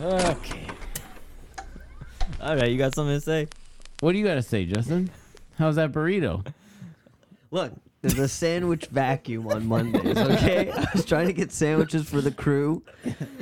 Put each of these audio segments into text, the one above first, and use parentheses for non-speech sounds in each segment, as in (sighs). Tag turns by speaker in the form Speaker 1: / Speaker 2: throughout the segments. Speaker 1: Okay. All right, you got something to say?
Speaker 2: What do you got to say, Justin? How's that burrito?
Speaker 3: Look, there's a sandwich vacuum on Mondays, okay? I was trying to get sandwiches for the crew.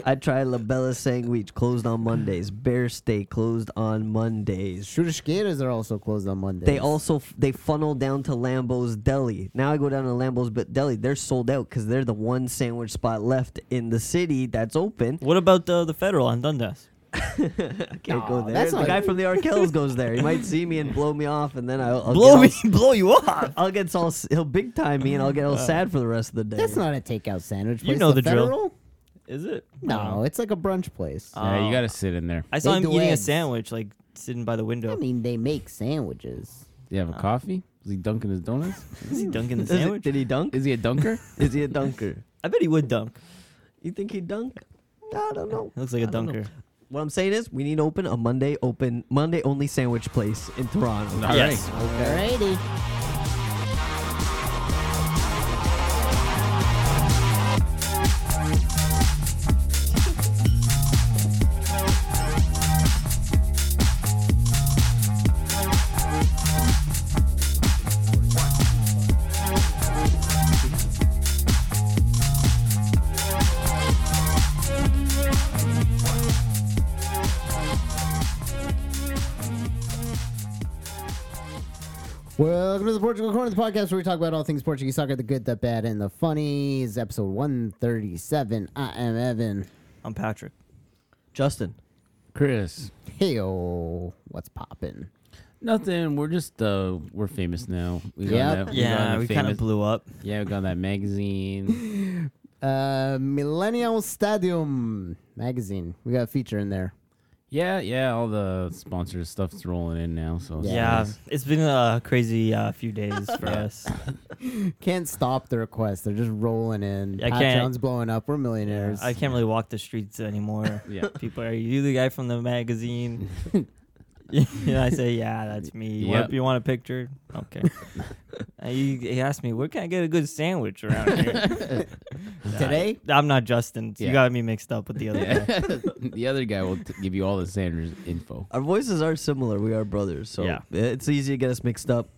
Speaker 3: I tried La Bella Sandwich, closed on Mondays. Bear Steak, closed on Mondays.
Speaker 4: Shurushkiras are also closed on Mondays.
Speaker 3: They also f- they funnel down to Lambo's Deli. Now I go down to Lambo's but Deli. They're sold out because they're the one sandwich spot left in the city that's open.
Speaker 1: What about the the federal on Dundas?
Speaker 3: I can't go
Speaker 4: Aw,
Speaker 3: there.
Speaker 4: that's
Speaker 3: the
Speaker 4: not-
Speaker 3: guy from the Arkells goes there. He might see me and blow me off, and then
Speaker 4: Oh,
Speaker 3: I'll, I'll
Speaker 1: blow me,
Speaker 3: get
Speaker 1: (laughs) blow you off.
Speaker 3: All, I'll get all s- he'll big time me, and I'll get all sad for the rest of the day.
Speaker 4: That's not a takeout sandwich.
Speaker 1: You
Speaker 4: place.
Speaker 1: know the drill.
Speaker 4: Federal?
Speaker 1: Is it?
Speaker 4: No, it's like a brunch place.
Speaker 2: yeah,
Speaker 1: Oh.
Speaker 2: you got to sit in there.
Speaker 1: I saw
Speaker 4: They
Speaker 1: him
Speaker 4: do
Speaker 1: eating a
Speaker 4: eggs.
Speaker 1: sandwich, like sitting by the window.
Speaker 4: I mean, they make sandwiches.
Speaker 2: Do you have a coffee? Is he dunking his donuts?
Speaker 1: Is he
Speaker 4: hmm.
Speaker 1: dunking the
Speaker 3: Is it-
Speaker 1: sandwich?
Speaker 3: did he dunk?
Speaker 2: Is he a dunker?
Speaker 3: Is he a dunker?
Speaker 1: I bet he would dunk.
Speaker 3: You think he dunk? I don't know.
Speaker 1: Looks like a
Speaker 3: I don't know.
Speaker 1: dunker.
Speaker 3: What I'm saying is, we need to open a Monday open Monday only sandwich place in Toronto.
Speaker 2: All
Speaker 1: Yes.
Speaker 2: right.
Speaker 4: Alrighty. Welcome to the Portugal Corner, the podcast where we talk about all things Portuguese soccer, the good, the bad, and the funny. It's episode 137. I am Evan.
Speaker 1: I'm Patrick.
Speaker 3: Justin,
Speaker 2: (laughs) Chris.
Speaker 4: Heyo, what's poppin'?
Speaker 2: Nothing. We're just uh we're famous now. We got
Speaker 4: Yep.
Speaker 2: that- we got
Speaker 1: Yeah,
Speaker 2: that
Speaker 1: we kind of
Speaker 2: famous-
Speaker 1: blew up.
Speaker 2: Yeah, we got that magazine.
Speaker 4: Uh, Millennial Stadium magazine. We got a feature in there.
Speaker 2: (laughs) yeah, yeah, all the sponsor stuff's rolling in now. So it's
Speaker 4: Yeah.
Speaker 1: Yeah,
Speaker 2: nice.
Speaker 1: it's been a crazy uh, few days
Speaker 4: (laughs)
Speaker 1: for us.
Speaker 4: Can't stop the requests. They're just rolling in.
Speaker 1: I
Speaker 4: Pat
Speaker 1: can't-
Speaker 4: Jones blowing up. We're millionaires.
Speaker 1: I can't really walk the streets anymore.
Speaker 2: Yeah.
Speaker 1: (laughs) People are you the guy from the magazine? (laughs) and I say, yeah, that's me. You want-
Speaker 2: Yep.
Speaker 1: You want a picture? Okay. And he, he asked me, where can I get a good sandwich around here?
Speaker 4: Today?
Speaker 1: I, am not Justin. so You
Speaker 2: Yeah.
Speaker 1: got me mixed up with the other guy.
Speaker 2: Yeah. (laughs) the other guy will t- give you all the Sanders info.
Speaker 3: our voices are similar. We are brothers, so
Speaker 1: Yeah.
Speaker 3: it's easy to get us mixed up.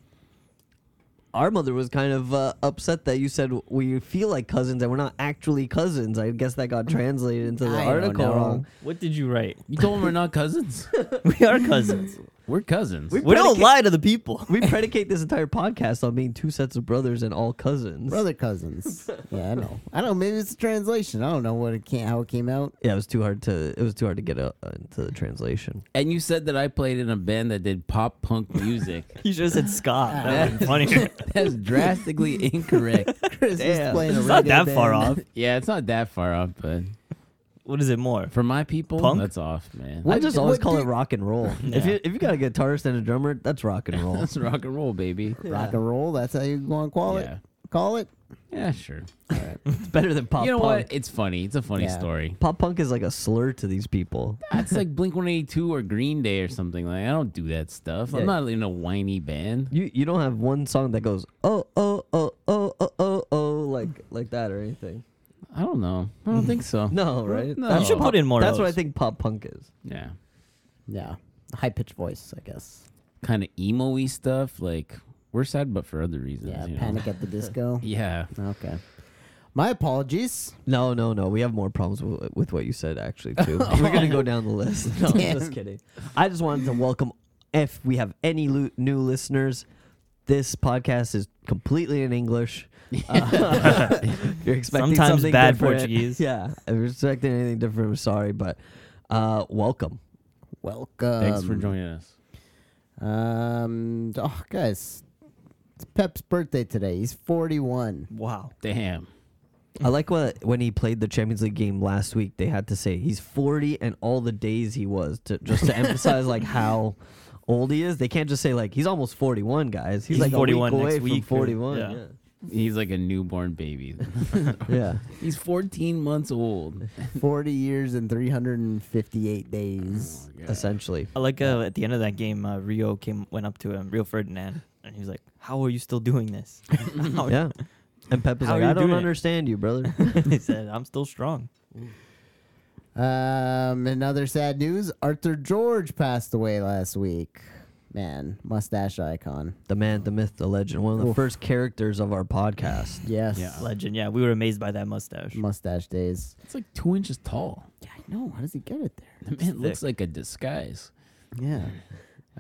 Speaker 3: Our mother was kind of uh, upset that you said we feel like cousins and we're not actually cousins. I guess that
Speaker 4: (laughs)
Speaker 3: got translated into the
Speaker 4: I don't
Speaker 3: article
Speaker 4: know.
Speaker 3: wrong.
Speaker 1: What did you write?
Speaker 2: You told him we're not cousins.
Speaker 1: (laughs) We are
Speaker 3: (laughs)
Speaker 1: cousins.
Speaker 2: We're cousins.
Speaker 3: We
Speaker 1: we don't
Speaker 3: predicate-
Speaker 1: lie to the people. (laughs)
Speaker 3: We predicate this entire podcast on being two sets of brothers and all cousins.
Speaker 2: (laughs)
Speaker 4: Brother cousins. yeah, I know. I don't. Maybe it's a translation. I don't know what it can how it came out.
Speaker 3: Yeah, it was too hard to it was too hard to get uh, into the translation.
Speaker 2: and you said that I played in a band that did pop punk music.
Speaker 1: You should have said Scott. That
Speaker 3: (laughs)
Speaker 1: would funnier. (laughs)
Speaker 2: (laughs) That's drastically incorrect.
Speaker 4: Chris
Speaker 3: Damn.
Speaker 4: is playing a
Speaker 1: It's not
Speaker 4: reggae
Speaker 1: that far off.
Speaker 4: band. (laughs)
Speaker 2: yeah, it's not that far off, but
Speaker 1: What is it more?
Speaker 2: for my people,
Speaker 1: Punk?
Speaker 2: that's off, man.
Speaker 3: I
Speaker 4: What
Speaker 3: just
Speaker 4: d-
Speaker 3: always
Speaker 4: what
Speaker 3: call
Speaker 4: do-
Speaker 3: it rock and
Speaker 1: (laughs)
Speaker 3: roll. If
Speaker 1: Yeah.
Speaker 3: you if you got a guitarist and a drummer, that's rock and
Speaker 1: (laughs)
Speaker 3: roll.
Speaker 2: (laughs) That's rock and roll, baby.
Speaker 4: Rock and roll. That's how you want to call
Speaker 2: Yeah.
Speaker 4: it. Call it.
Speaker 2: Yeah, sure.
Speaker 3: it's better than pop
Speaker 2: you know
Speaker 3: punk.
Speaker 2: what? It's funny. It's a funny
Speaker 4: Yeah.
Speaker 2: story.
Speaker 3: Pop punk is like a slur to these people.
Speaker 2: That's like Blink 182 or Green Day or something. Like, I don't do that stuff.
Speaker 3: Yeah.
Speaker 2: I'm not in a whiny band.
Speaker 3: You you don't have one song that goes oh oh oh oh oh oh oh like like that or anything.
Speaker 2: I don't know. I don't think so.
Speaker 3: No, right?
Speaker 2: No.
Speaker 3: That's
Speaker 2: You should
Speaker 3: pop-
Speaker 1: put in more of
Speaker 3: Oh. That's what I
Speaker 1: those.
Speaker 3: think pop punk is.
Speaker 2: Yeah.
Speaker 4: Yeah. High pitched voice, I guess.
Speaker 2: Kind of emo y stuff. Like, we're sad, but for other reasons.
Speaker 4: Yeah.
Speaker 2: you know?
Speaker 4: Panic at
Speaker 2: (laughs)
Speaker 4: the disco.
Speaker 2: Yeah.
Speaker 4: Okay. My apologies.
Speaker 3: No, no, no. We have more problems with, with what you said actually (laughs) too. We're gonna go down the list. (laughs) No, I'm just
Speaker 4: Damn.
Speaker 3: kidding. I just wanted to welcome if we have any lo- new listeners. This podcast is completely in English. (laughs) Uh, (laughs) if you're expecting
Speaker 1: Sometimes
Speaker 3: something
Speaker 1: bad
Speaker 3: different-
Speaker 1: Portuguese.
Speaker 3: Yeah, if you're expecting anything different, I'm sorry, but uh, welcome.
Speaker 4: Welcome.
Speaker 2: Thanks for joining us.
Speaker 4: Um, oh, guys, it's Pep's birthday today. He's 41.
Speaker 1: Wow.
Speaker 2: Damn.
Speaker 3: I like what when he played the Champions League game last week. They had to say he's 40 and all the days he was to just to emphasize like how old he is. They can't just say like he's almost 41, guys. He's,
Speaker 1: He's
Speaker 3: like
Speaker 1: 41
Speaker 3: a week
Speaker 1: next
Speaker 3: away
Speaker 1: week or-
Speaker 3: from 41.
Speaker 1: yeah.
Speaker 3: Yeah.
Speaker 2: He's like a newborn baby.
Speaker 3: yeah.
Speaker 4: (laughs)
Speaker 2: He's 14 months old.
Speaker 4: 40 years and 358
Speaker 1: Oh
Speaker 4: days.
Speaker 3: essentially.
Speaker 1: I like uh, at the end of that game, uh, Rio came went up to him, Rio Ferdinand, and he was like, "How are you still doing this?" (laughs) How are-
Speaker 3: Yeah. And Pep is
Speaker 1: How
Speaker 3: like,
Speaker 1: are you
Speaker 3: I don't
Speaker 1: (laughs) doing it?"
Speaker 3: understand you, brother.
Speaker 1: he said, "I'm still strong."
Speaker 4: Um, in other sad news, Arthur George passed away last week. Man, mustache icon.
Speaker 3: The man, the myth, the legend. One of the first characters of our podcast.
Speaker 4: Yes.
Speaker 2: Yeah.
Speaker 1: Legend. Yeah, we were amazed by that mustache.
Speaker 4: Mustache days.
Speaker 2: It's like two inches tall.
Speaker 4: Yeah, I know. How does he get it there?
Speaker 2: The man looks like a disguise.
Speaker 4: Yeah.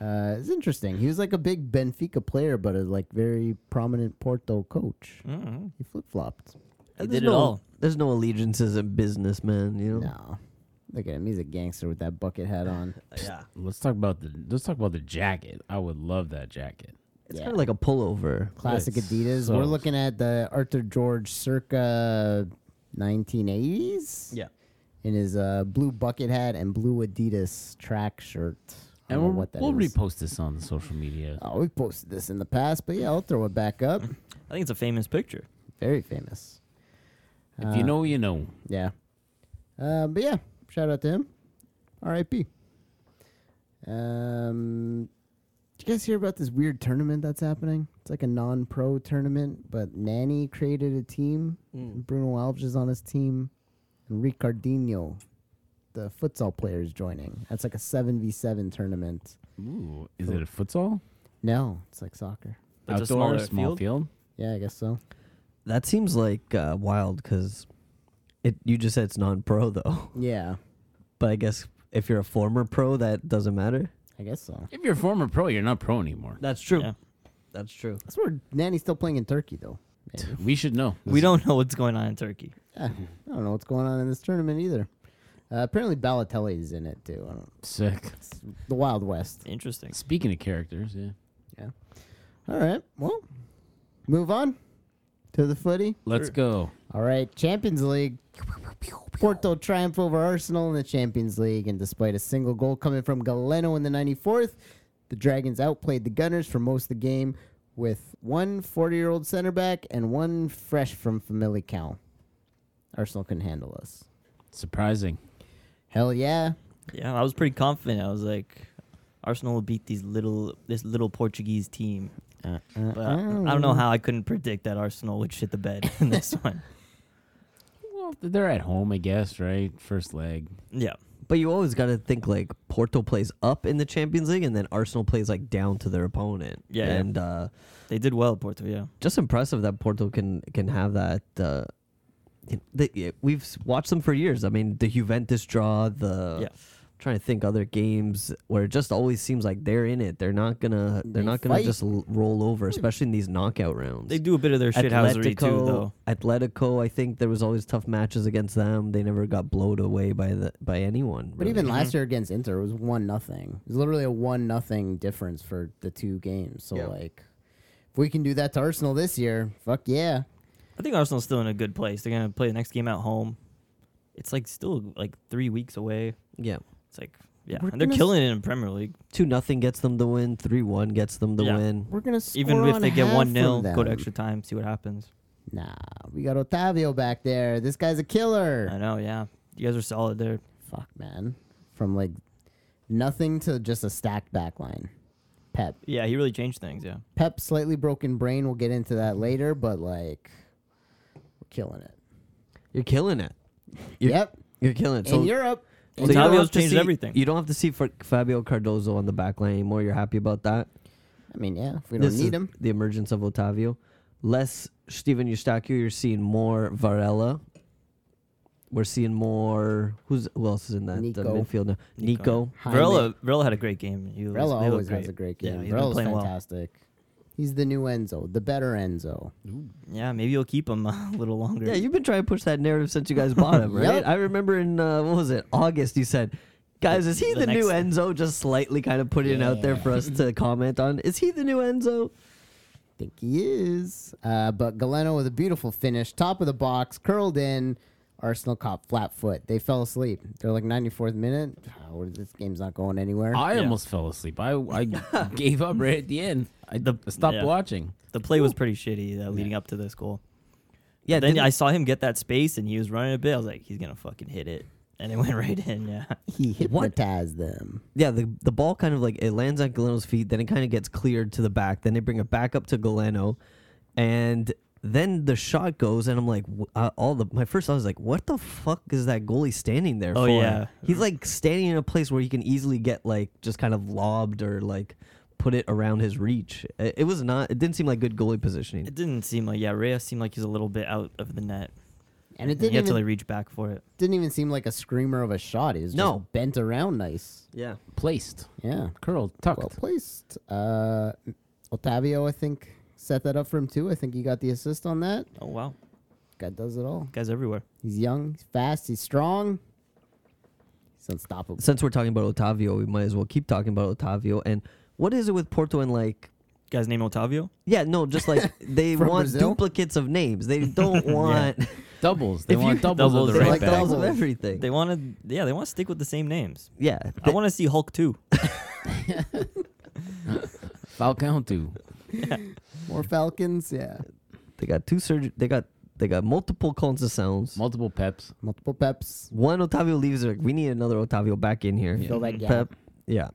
Speaker 4: Uh, it's interesting. He was like a big Benfica player, but a like very prominent Porto coach.
Speaker 1: Mm.
Speaker 4: He flip flopped.
Speaker 1: He
Speaker 3: There's
Speaker 1: did it
Speaker 3: no-
Speaker 1: all.
Speaker 3: There's no allegiances in business, man. You know.
Speaker 4: No. Look at him. He's a gangster with that bucket
Speaker 2: (sighs)
Speaker 4: hat on.
Speaker 3: Yeah.
Speaker 2: Let's talk about the let's talk about the jacket. I would love that jacket.
Speaker 3: It's
Speaker 4: Yeah.
Speaker 3: kind of like a pullover.
Speaker 4: Classic
Speaker 2: It's
Speaker 4: Adidas.
Speaker 2: so-
Speaker 4: We're looking at the Arthur George circa 1980s. in his uh, blue bucket hat and blue Adidas track shirt. I
Speaker 2: And
Speaker 4: don't know
Speaker 2: we'll,
Speaker 4: what that
Speaker 2: we'll
Speaker 4: is.
Speaker 2: repost this on social media.
Speaker 4: oh, we posted this in the past, but yeah, I'll throw it back
Speaker 2: (laughs)
Speaker 4: up.
Speaker 1: I think it's a famous picture.
Speaker 4: Very famous.
Speaker 2: if you know, you know.
Speaker 4: Yeah. Uh, but yeah, shout out to him. R.I.P. Um, did you guys hear about this weird tournament that's happening? It's like a non-pro tournament, but Nanny created a team. and Bruno Alves is on his team, and Ricardinho, the futsal player, is joining. That's like a seven v seven tournament.
Speaker 2: Ooh, is it a futsal?
Speaker 4: No, it's like soccer.
Speaker 1: But it's a
Speaker 2: Outdoor,
Speaker 1: smaller
Speaker 2: small
Speaker 1: field.
Speaker 4: Yeah, I guess so.
Speaker 3: That seems like uh, wild because it. You just said it's non-pro (laughs) though,
Speaker 4: Yeah,
Speaker 3: but I guess if you're a former pro, that doesn't matter.
Speaker 4: I guess so.
Speaker 2: If you're a former pro, you're not pro (laughs) anymore.
Speaker 3: That's true.
Speaker 1: Yeah.
Speaker 3: That's true.
Speaker 4: That's where Nanny's still playing in Turkey, though. Maybe.
Speaker 2: We should know.
Speaker 1: We don't know what's going on in Turkey.
Speaker 4: Yeah, I don't know what's going on in this tournament either. Uh, apparently, Balotelli's in it too. I don't.
Speaker 2: Sick.
Speaker 4: It's the Wild West.
Speaker 1: Interesting.
Speaker 2: Speaking of characters, yeah.
Speaker 4: Yeah. All right. Well, move on to the footy.
Speaker 2: Let's go.
Speaker 4: All right, Champions League. Porto triumph over Arsenal in the Champions League, and despite a single goal coming from Galeno in the 94th, the Dragons outplayed the Gunners for most of the game with one 40 year old center back and one fresh from Famalicão. Arsenal couldn't handle us.
Speaker 2: Surprising.
Speaker 4: Hell yeah.
Speaker 1: Yeah, I was pretty confident. I was like, Arsenal will beat these little this little Portuguese team.
Speaker 4: Uh,
Speaker 1: But I Uh, I
Speaker 4: Oh.
Speaker 1: don't know how I couldn't predict that Arsenal would shit the bed in this (laughs) one.
Speaker 2: Well, they're at home, I guess, right? First leg.
Speaker 1: Yeah.
Speaker 3: But you always got to think like Porto plays up in the Champions League, and then Arsenal plays like down to their opponent.
Speaker 1: Yeah, yeah.
Speaker 3: and uh,
Speaker 1: They did well, Porto, yeah.
Speaker 3: just impressive that Porto can can have that. Uh, you- the, yeah, we've s- watched them for years. I mean, the Juventus draw, the
Speaker 1: Yeah.
Speaker 3: trying to think other games where it just always seems like they're in it. They're not gonna they're
Speaker 4: They
Speaker 3: not gonna
Speaker 4: fight.
Speaker 3: just l- roll over, especially in these knockout rounds.
Speaker 1: They do a bit of their shithousery too though.
Speaker 3: Atletico, I think there was always tough matches against them. They never got blowed away by the by anyone.
Speaker 4: But
Speaker 3: really.
Speaker 4: even
Speaker 1: Mm-hmm.
Speaker 4: last year against Inter, it was one nothing. It was literally a one nothing difference for the two games. So
Speaker 3: Yeah.
Speaker 4: like, if we can do that to Arsenal this year, fuck yeah.
Speaker 1: I think Arsenal's still in a good place. They're gonna play the next game at home. It's like still like three weeks away.
Speaker 3: yeah,
Speaker 1: It's like yeah.
Speaker 4: We're
Speaker 1: And they're
Speaker 4: gonna s-
Speaker 1: killing it in Premier League.
Speaker 3: two nothing gets them the win. Three one gets them the
Speaker 1: Yeah.
Speaker 3: win.
Speaker 4: We're gonna score
Speaker 1: Even if
Speaker 4: on
Speaker 1: they get
Speaker 4: half
Speaker 1: one
Speaker 4: from
Speaker 1: 0 go to
Speaker 4: them.
Speaker 1: extra time, see what happens.
Speaker 4: Nah, we got Otavio back there. This guy's a killer.
Speaker 1: I know, yeah. You guys are solid there.
Speaker 4: Fuck, man. From like nothing to just a stacked back line. Pep.
Speaker 1: Yeah, he really changed things, yeah.
Speaker 4: Pep's slightly broken brain. We'll get into that later, but like, we're killing it.
Speaker 3: You're killing it. You're,
Speaker 4: yep.
Speaker 3: you're killing it. So
Speaker 4: In Europe.
Speaker 3: So you don't
Speaker 1: Otavio's
Speaker 3: have to
Speaker 1: changed
Speaker 3: see-
Speaker 1: everything.
Speaker 3: You don't have to see for Fabio Cardozo on the back line anymore. You're happy about that.
Speaker 4: I mean, yeah, if we don't
Speaker 3: This is
Speaker 4: need him.
Speaker 3: The emergence of Otavio, less Steven Eustaquio. You're seeing more Varela. We're seeing more. Who's who else is in that the
Speaker 4: Nico.
Speaker 3: midfield now? Nico.
Speaker 4: Jaime.
Speaker 1: Varela, Varela had a great game. He was,
Speaker 4: Varela
Speaker 1: they look
Speaker 4: always has a great
Speaker 1: Yeah,
Speaker 4: game.
Speaker 1: he's been
Speaker 4: Varela's
Speaker 1: playing well.
Speaker 4: fantastic. He's the new Enzo, the better Enzo.
Speaker 1: Yeah, maybe you'll keep him uh, (laughs) a little longer.
Speaker 3: Yeah, you've been trying to push that narrative since you guys bought
Speaker 4: (laughs)
Speaker 3: him, right?
Speaker 4: Yep.
Speaker 3: I remember in uh, what was it August? You said, "Guys, is he
Speaker 1: The
Speaker 3: the, new
Speaker 1: next-
Speaker 3: Enzo?" Just slightly kind of putting it out there for us to comment on. Is he the new Enzo?
Speaker 4: think he is. Uh, but Galeno with a beautiful finish, top of the box, curled in. Arsenal caught flat foot. They fell asleep. They're like 94th minute. Ah, what is- this game's not going anywhere.
Speaker 2: I
Speaker 1: Yeah.
Speaker 2: almost fell asleep. I, (laughs) I gave up right at the end. I
Speaker 1: The-
Speaker 2: stopped
Speaker 1: yeah.
Speaker 2: watching.
Speaker 1: The play was pretty shitty uh, leading up to this goal.
Speaker 3: Yeah,
Speaker 1: then
Speaker 3: didn't-
Speaker 1: I saw him get that space and he was running a bit. I was like, he's gonna fucking hit it, and it (laughs) went right in. Yeah,
Speaker 4: he
Speaker 3: What?
Speaker 4: hypnotized them.
Speaker 3: yeah, the the ball kind of like it lands on Galeno's feet, then it kind of gets cleared to the back, then they bring it back up to Galeno, and Then the shot goes, and I'm like, w- uh, all the my first thought was like, what the fuck is that goalie standing there
Speaker 1: Oh,
Speaker 3: for?
Speaker 1: yeah.
Speaker 3: he's like standing in a place where he can easily get like just kind of lobbed or like put it around his reach. It, it was not. It didn't seem like good goalie positioning.
Speaker 1: It didn't seem like yeah. Reyes seemed like he's a little bit out of the net.
Speaker 4: And it
Speaker 1: you
Speaker 4: didn't
Speaker 1: have to
Speaker 4: even,
Speaker 1: like reach back for it.
Speaker 4: didn't even seem like a screamer of a shot. It was
Speaker 3: No.
Speaker 4: just bent around nice.
Speaker 3: yeah,
Speaker 2: Placed,
Speaker 4: Yeah.
Speaker 2: curled, tucked.
Speaker 4: Well placed. Uh, Otavio, I think, set that up for him too. I think he got the assist on that.
Speaker 1: Oh wow,
Speaker 4: Guy does it all.
Speaker 1: guys everywhere.
Speaker 4: He's young, he's fast, he's strong. He's unstoppable.
Speaker 3: since we're talking about Otavio, we might as well keep talking about Otavio. And what is it with Porto and like?
Speaker 1: Guy's name Otavio.
Speaker 3: Yeah, no, just like they
Speaker 4: From
Speaker 3: want
Speaker 4: Brazil?
Speaker 3: duplicates of names. They don't want
Speaker 2: doubles. They
Speaker 3: If
Speaker 2: want
Speaker 3: you-
Speaker 2: doubles,
Speaker 1: Doubles,
Speaker 2: of
Speaker 1: they
Speaker 3: (laughs)
Speaker 2: the right
Speaker 4: like
Speaker 2: back.
Speaker 4: doubles.
Speaker 3: doubles of everything.
Speaker 1: They wanted yeah. They want to stick with the same names.
Speaker 3: yeah,
Speaker 1: I want to see Hulk too.
Speaker 2: Falcao too.
Speaker 4: More Falcons, yeah.
Speaker 3: They got two surgery. They got they got multiple cones of sounds.
Speaker 2: Multiple peps.
Speaker 4: Multiple peps.
Speaker 3: One Otavio leaves. they're Like, we need another Otavio back in here.
Speaker 4: Fill that gap.
Speaker 3: Mm-hmm. Pep. Yeah.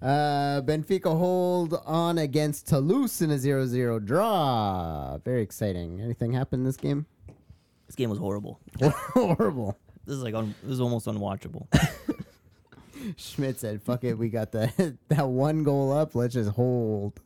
Speaker 4: Uh, Benfica hold on against Toulouse in a 0 0 draw. Very exciting. Anything happen in this game? (laughs)
Speaker 1: This game was horrible.
Speaker 4: Horrible.
Speaker 1: This is like un- this is almost (laughs) unwatchable.
Speaker 4: Schmidt said, fuck it, we got that, (laughs) that one goal up. Let's just hold.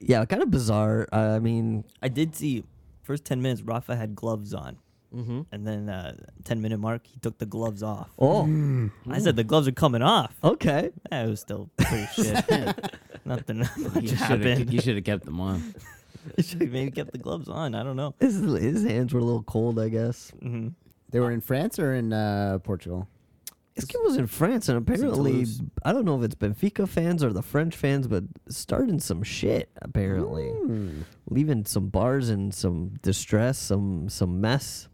Speaker 3: Yeah. Kind of bizarre. Uh, I mean,
Speaker 1: I did see first ten minutes. Rafa had gloves on, and then uh, ten minute mark he took the gloves off.
Speaker 3: oh,
Speaker 1: I said the gloves are coming off.
Speaker 3: okay.
Speaker 1: Eh, it was still (laughs) pretty shit. Nothing much
Speaker 2: You should have.
Speaker 1: happened. (laughs)
Speaker 2: You should have kept them
Speaker 3: (laughs)
Speaker 2: on.
Speaker 1: Should've maybe kept the gloves on. I don't know.
Speaker 3: His his hands were a little cold, I guess.
Speaker 1: hmm
Speaker 4: They were in France or in uh, Portugal?
Speaker 3: This game was in France, and
Speaker 1: in
Speaker 3: apparently,
Speaker 1: Toulouse.
Speaker 3: I don't know if it's Benfica fans or the French fans, but starting some shit apparently, leaving some bars in some distress, some some mess.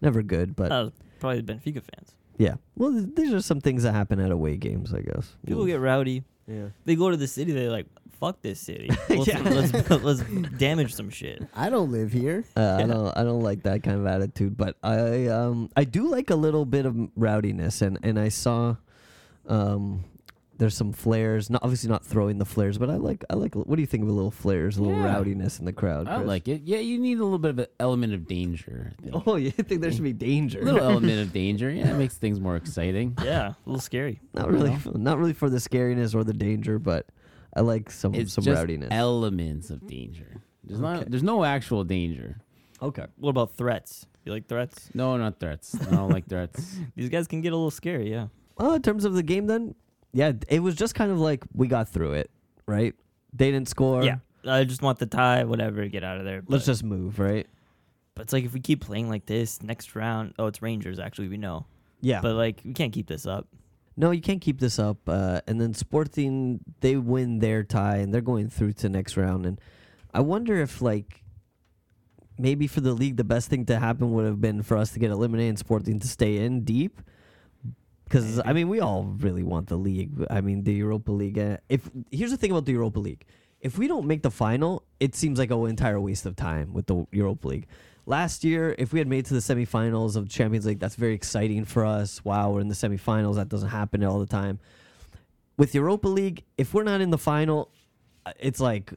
Speaker 3: Never good, but
Speaker 1: Uh, probably the Benfica fans.
Speaker 3: yeah. Well, th- these are some things that happen at away games, I guess.
Speaker 1: People get rowdy.
Speaker 3: yeah.
Speaker 1: They go to the city. They're like, "Fuck this city. Let's, let's, let's damage some shit."
Speaker 4: I don't live here.
Speaker 3: Uh, I don't I don't like that kind of attitude, but I um I do like a little bit of rowdiness, and and I saw, um, there's some flares. Not obviously not throwing the flares, but I like I like. What do you think of a little flares, a little
Speaker 2: Yeah.
Speaker 3: rowdiness in the crowd?
Speaker 2: I
Speaker 3: Chris? (laughs)
Speaker 2: like it. Yeah, you need a little bit of an element of danger. I think.
Speaker 3: Oh, you think there should be
Speaker 2: A
Speaker 3: danger?
Speaker 2: little
Speaker 3: (laughs)
Speaker 2: element of danger. Yeah, it makes things more exciting.
Speaker 1: Yeah, a little scary.
Speaker 3: not really, not really for the scariness or the danger, but I like some
Speaker 2: It's
Speaker 3: some
Speaker 2: just
Speaker 3: rowdiness.
Speaker 2: elements of danger. There's
Speaker 3: Okay.
Speaker 2: not. There's no actual danger.
Speaker 3: okay.
Speaker 1: What about threats? You like threats?
Speaker 2: No, not threats. I don't like threats.
Speaker 1: These guys can get a little scary. Yeah.
Speaker 3: Uh, in terms of the game, then, yeah, it was just kind of like we got through it, right? They didn't score.
Speaker 1: yeah. I just want the tie. Whatever. Get out of there.
Speaker 3: Let's
Speaker 1: but-
Speaker 3: just move, right?
Speaker 1: But it's like if we keep playing like this next round. Oh, it's Rangers. Actually, we know.
Speaker 3: Yeah.
Speaker 1: But like we can't keep this up.
Speaker 3: No, you can't keep this up. Uh, and then Sporting, they win their tie and they're going through to next round. And I wonder if, like, maybe for the league, the best thing to happen would have been for us to get eliminated and Sporting to stay in deep. Because, I mean, we all really want the league. I mean, the Europa League. uh, If Here's the thing about the Europa League if we don't make the final, it seems like an entire waste of time with the Europa League. Last year, if we had made it to the semifinals of Champions League, that's very exciting for us. Wow, we're in the semifinals. That doesn't happen all the time. With Europa League, if we're not in the final, uh, it's like,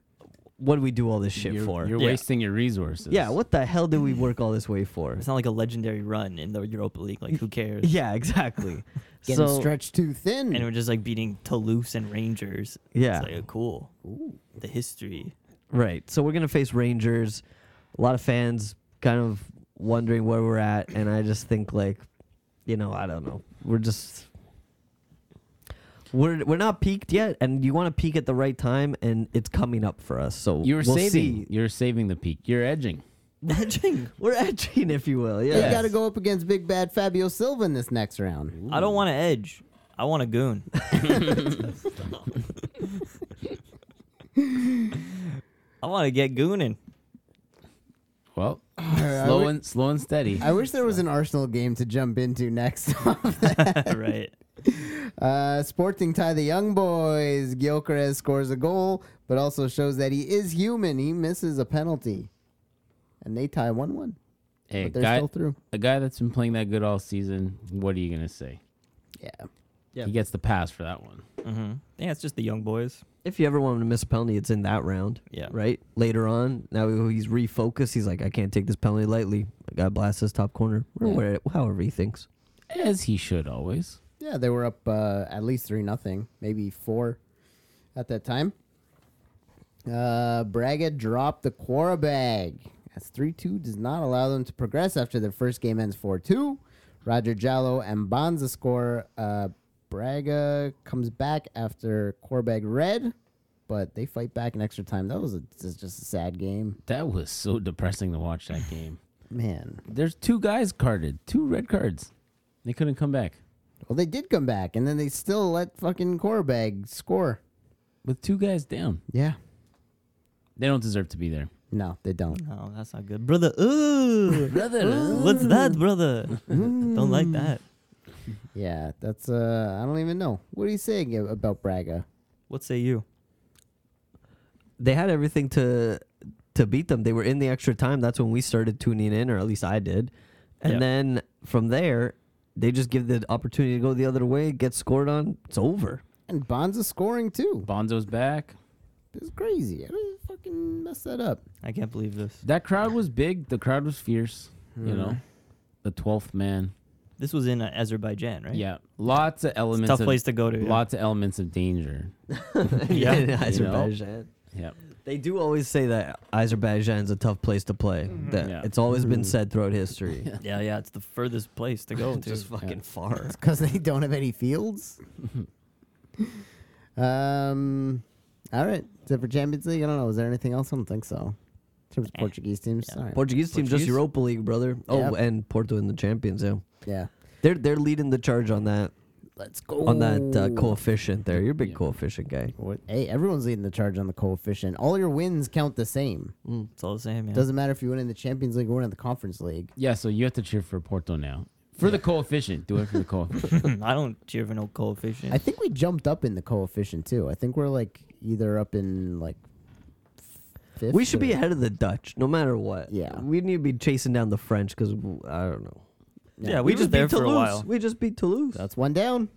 Speaker 3: what do we do all this (laughs) shit
Speaker 2: you're
Speaker 3: for?
Speaker 2: you're
Speaker 1: Yeah.
Speaker 2: wasting your resources.
Speaker 3: yeah, what the hell did we work all this way for? (laughs)
Speaker 1: It's not like a legendary run in the Europa League. Like who cares?
Speaker 3: Yeah, exactly.
Speaker 4: Getting
Speaker 3: so,
Speaker 4: stretched too thin.
Speaker 1: And we're just like beating Toulouse and Rangers.
Speaker 3: Yeah.
Speaker 1: It's like cool. The history.
Speaker 3: Right. So we're gonna face Rangers. A lot of fans kind of wondering where we're at, and I just think like, you know, I don't know. We're just we're we're not peaked yet, and you want to peak at the right time, and it's coming up for us. So
Speaker 2: You're
Speaker 3: we'll
Speaker 1: (laughs)
Speaker 2: saving.
Speaker 3: see.
Speaker 2: You're saving the peak. You're edging.
Speaker 1: Edging.
Speaker 3: (laughs) We're edging, if you will. Yeah.
Speaker 4: They got to go up against big bad Fabio Silva in this next round.
Speaker 1: I don't want to edge. I want a goon. I want to get gooning. (laughs)
Speaker 2: Well,
Speaker 3: (laughs)
Speaker 4: I
Speaker 2: slow
Speaker 4: would-
Speaker 2: and slow and steady.
Speaker 4: I wish there was an Arsenal game to jump into next. (laughs)
Speaker 1: right.
Speaker 4: uh, Sporting tie the young boys. Gyökeres scores a goal, but also shows that he is human. He misses a penalty, and they tie one-one.
Speaker 2: hey,
Speaker 4: But they're
Speaker 2: guy,
Speaker 4: still through.
Speaker 2: a guy that's been playing that good all season. What are you gonna say?
Speaker 4: Yeah.
Speaker 3: Yeah.
Speaker 2: He gets the pass for that one.
Speaker 1: hmm Yeah, it's just the young boys.
Speaker 3: If you ever want him to miss a penalty, it's in that round.
Speaker 1: Yeah.
Speaker 3: Right? Later on, now he's refocused. He's like, I can't take this penalty lightly. I got to blast this top corner. Or
Speaker 2: Yeah.
Speaker 3: where- however he thinks.
Speaker 2: As he should always.
Speaker 4: Yeah, they were up uh, at least three nothing, maybe four, at that time. Uh, Braga dropped the Quora bag. That's three two does not allow them to progress after their first game ends four two. Roger Jallo and Bonza score. Uh, Braga comes back after Corbag red, but they fight back in extra time. That was a, this is just a sad game,
Speaker 2: That was so (laughs) depressing to watch that game.
Speaker 4: man.
Speaker 2: There's two guys carded, two red cards. They couldn't come back
Speaker 4: Well, they did come back, and then they still let fucking Corbag score.
Speaker 2: with two guys down.
Speaker 4: Yeah,
Speaker 2: They don't deserve to be there.
Speaker 4: no, they don't.
Speaker 1: No, that's not good, brother. Ooh,
Speaker 2: Brother.
Speaker 1: what's that, brother? Don't like that.
Speaker 4: Yeah, that's uh I don't even know. What are you saying a- about Braga?
Speaker 1: What say you?
Speaker 3: They had everything to to beat them. They were in the extra time. That's when we started tuning in, or at least I did. And
Speaker 1: Yeah.
Speaker 3: then from there, they just give the opportunity to go the other way, get scored on. It's over.
Speaker 4: And Bonza scoring too.
Speaker 2: Bonzo's back.
Speaker 4: It's crazy. I don't fucking mess that (laughs) up.
Speaker 1: I can't believe this.
Speaker 2: That crowd was big. The crowd was fierce. You know, the twelfth man.
Speaker 1: This was in uh, Azerbaijan, right?
Speaker 2: Yeah, lots of
Speaker 1: It's a
Speaker 2: elements.
Speaker 1: tough
Speaker 2: of,
Speaker 1: place to go to. yeah.
Speaker 2: Lots of elements of danger.
Speaker 1: (laughs)
Speaker 3: (laughs)
Speaker 1: Yeah,
Speaker 3: In
Speaker 1: you
Speaker 3: Azerbaijan.
Speaker 2: Yep.
Speaker 3: They do always say that Azerbaijan's a tough place to play. That
Speaker 2: Yeah.
Speaker 3: it's always been said throughout history.
Speaker 1: Mm-hmm. (laughs) Yeah, yeah. It's the furthest place
Speaker 3: (laughs)
Speaker 1: to go to.
Speaker 3: Just fucking far.
Speaker 4: It's cuz they don't have any fields. (laughs) um all right. Is it for Champions League? I don't know. Is there anything else? I don't think so. In terms of Portuguese teams. All right.
Speaker 3: Portuguese team just
Speaker 1: Portuguese?
Speaker 3: Europa League, brother. Oh,
Speaker 4: Yep.
Speaker 3: and Porto in the Champions. Yeah,
Speaker 4: yeah.
Speaker 3: they're they're leading the charge on that
Speaker 4: Let's go.
Speaker 3: on that uh, coefficient. There, you're a big
Speaker 2: Yeah.
Speaker 3: coefficient guy.
Speaker 4: What- Hey, everyone's leading the charge on the coefficient. All your wins count the same.
Speaker 1: It's all the same. Yeah.
Speaker 4: Doesn't matter if you win in the Champions League or win in the Conference League.
Speaker 2: Yeah, so you have to cheer for Porto now. For the coefficient. Do it for the
Speaker 1: (laughs) (laughs)
Speaker 2: coefficient.
Speaker 1: I don't cheer for no coefficient.
Speaker 4: I think we jumped up in the coefficient too. I think we're like either up in like fifth.
Speaker 3: We should be
Speaker 4: or-
Speaker 3: ahead of the Dutch, no matter what.
Speaker 4: Yeah.
Speaker 3: we need to be chasing down the French because I don't know.
Speaker 1: yeah, we, just
Speaker 3: beat
Speaker 1: there for
Speaker 3: Toulouse.
Speaker 1: a while.
Speaker 3: We just beat Toulouse.
Speaker 4: That's one down.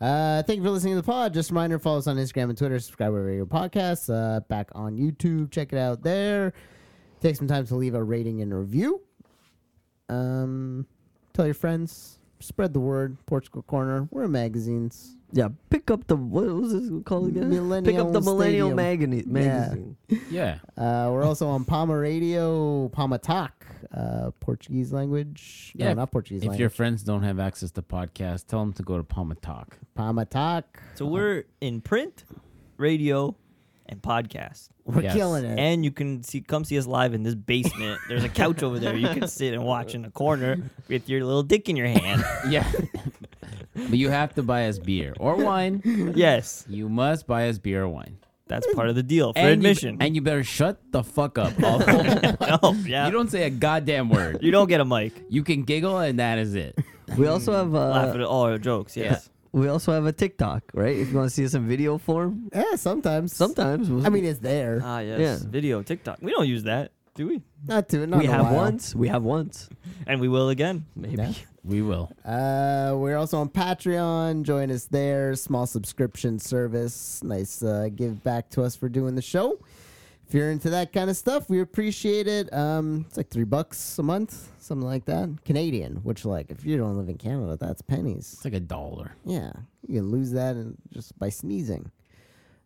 Speaker 4: Uh, thank you for listening to the pod. Just a reminder, follow us on Instagram and Twitter. Subscribe wherever your podcasts. Uh, back on YouTube. Check it out there. Take some time to leave a rating and review. Um, tell your friends. Spread the word. Portugal Corner. We're in magazines.
Speaker 3: yeah, pick up the what was this called again? pick up the
Speaker 4: Millennial
Speaker 3: Millennial magani-
Speaker 4: Stadium.
Speaker 3: magazine.
Speaker 2: yeah.
Speaker 4: Uh, we're also on Palma Radio, Palma Talk, uh, Portuguese language. No,
Speaker 2: Yeah,
Speaker 4: not Portuguese
Speaker 2: If
Speaker 4: language.
Speaker 2: your friends don't have access to podcasts, tell them to go to Palma Talk.
Speaker 4: Palma Talk.
Speaker 1: So we're in print, radio, and podcast.
Speaker 4: We're
Speaker 2: Yes.
Speaker 4: killing it.
Speaker 1: And you can see come see us live in this basement. There's a couch over there. You can sit and watch in the corner with your little dick in your hand.
Speaker 2: Yeah. (laughs) but you have to buy us beer or wine.
Speaker 1: yes,
Speaker 2: You must buy us beer or wine.
Speaker 1: that's part of the deal for
Speaker 2: and
Speaker 1: admission.
Speaker 2: You,
Speaker 1: (laughs)
Speaker 2: and you better shut the fuck
Speaker 4: (laughs)
Speaker 2: up. Alfo.
Speaker 1: oh, yeah.
Speaker 2: you don't say a goddamn word.
Speaker 1: You don't get a mic.
Speaker 2: You can giggle and that is it.
Speaker 3: We also have
Speaker 1: Laugh
Speaker 3: uh,
Speaker 1: at all our jokes. Yes.
Speaker 3: we also have a TikTok, right? If you want to see us in video form,
Speaker 4: yeah, sometimes.
Speaker 3: sometimes we'll-
Speaker 4: I mean, it's there.
Speaker 1: Ah, yes.
Speaker 3: Yeah.
Speaker 1: Video, TikTok. We don't use that, do we?
Speaker 4: not to. Not
Speaker 3: we
Speaker 4: in a
Speaker 3: have
Speaker 4: while.
Speaker 3: once. We have once.
Speaker 1: And we will again.
Speaker 3: Maybe.
Speaker 4: Yeah.
Speaker 2: We will.
Speaker 4: Uh, we're also on Patreon. Join us there. Small subscription service. Nice uh, give back to us for doing the show. If you're into that kind of stuff, we appreciate it. Um, it's like three bucks a month, something like that. Canadian, which like if you don't live in Canada, that's pennies.
Speaker 2: It's like a dollar.
Speaker 4: Yeah, you can lose that and just by sneezing.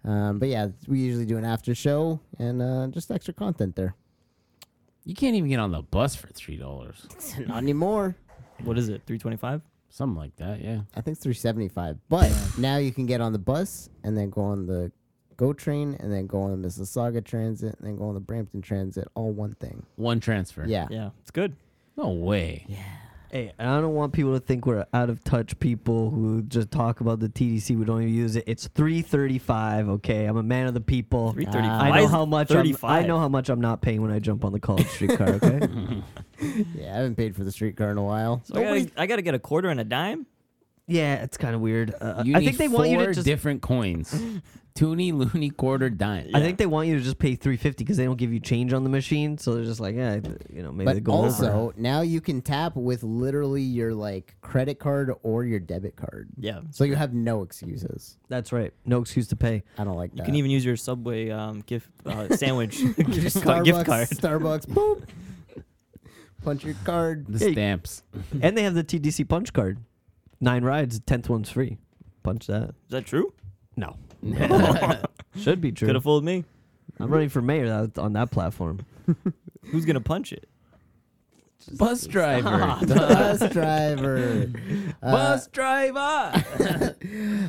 Speaker 4: Um, but yeah, we usually do an after show and uh, just extra content there.
Speaker 2: You can't even get on the bus for three dollars.
Speaker 4: Not anymore.
Speaker 1: What is it? 325?
Speaker 2: Something like that, yeah.
Speaker 4: I think it's 375. But now you can get on the bus and then go on the GO train and then go on the Mississauga Transit and then go on the Brampton Transit. All one thing.
Speaker 2: One transfer.
Speaker 4: Yeah.
Speaker 1: Yeah. It's good.
Speaker 2: No way.
Speaker 3: Hey, and I don't want people to think we're out of touch people who just talk about the TDC. We don't even use it. It's 335, okay? I'm a man of the people.
Speaker 1: 335.
Speaker 3: I
Speaker 1: Why
Speaker 3: know
Speaker 1: is
Speaker 3: how
Speaker 1: it
Speaker 3: much I'm, I
Speaker 1: 35?
Speaker 3: know how much I'm not paying when I jump on the college streetcar, okay?
Speaker 4: Yeah, I haven't paid for the streetcar in a while.
Speaker 1: So I gotta, I gotta get a quarter and a dime?
Speaker 3: yeah, it's kind of weird. Uh,
Speaker 2: You
Speaker 3: I
Speaker 2: need
Speaker 3: think they want you to
Speaker 2: four
Speaker 3: just.
Speaker 2: different
Speaker 4: (laughs)
Speaker 2: coins. Toonie, loony, quarter, dime.
Speaker 3: I think they want you to just pay three fifty because they don't give you change on the machine, so they're just like, yeah, you know, maybe they
Speaker 4: But
Speaker 3: go
Speaker 4: also now you can tap with literally your like credit card or your debit card.
Speaker 1: Yeah.
Speaker 4: So you have no excuses.
Speaker 3: That's right. No excuse to pay.
Speaker 4: I don't like that.
Speaker 1: You can even use your Subway um, gift uh,
Speaker 3: (laughs)
Speaker 1: sandwich (laughs) gift
Speaker 4: Starbucks,
Speaker 1: card- gift card.
Speaker 4: Starbucks. boop. Punch your card.
Speaker 2: The
Speaker 3: Yeah, you-
Speaker 2: stamps.
Speaker 3: and they have the TDC punch card. Nine rides, tenth one's free. Punch that.
Speaker 1: Is that true?
Speaker 3: No. (laughs) Should be true.
Speaker 1: Could have fooled me.
Speaker 3: I'm running for mayor that, on that platform.
Speaker 1: Who's gonna punch it?
Speaker 2: Bus driver.
Speaker 4: (laughs) (laughs) Bus
Speaker 1: (laughs)
Speaker 4: driver.
Speaker 3: Uh,
Speaker 4: Uh,
Speaker 2: Bus driver.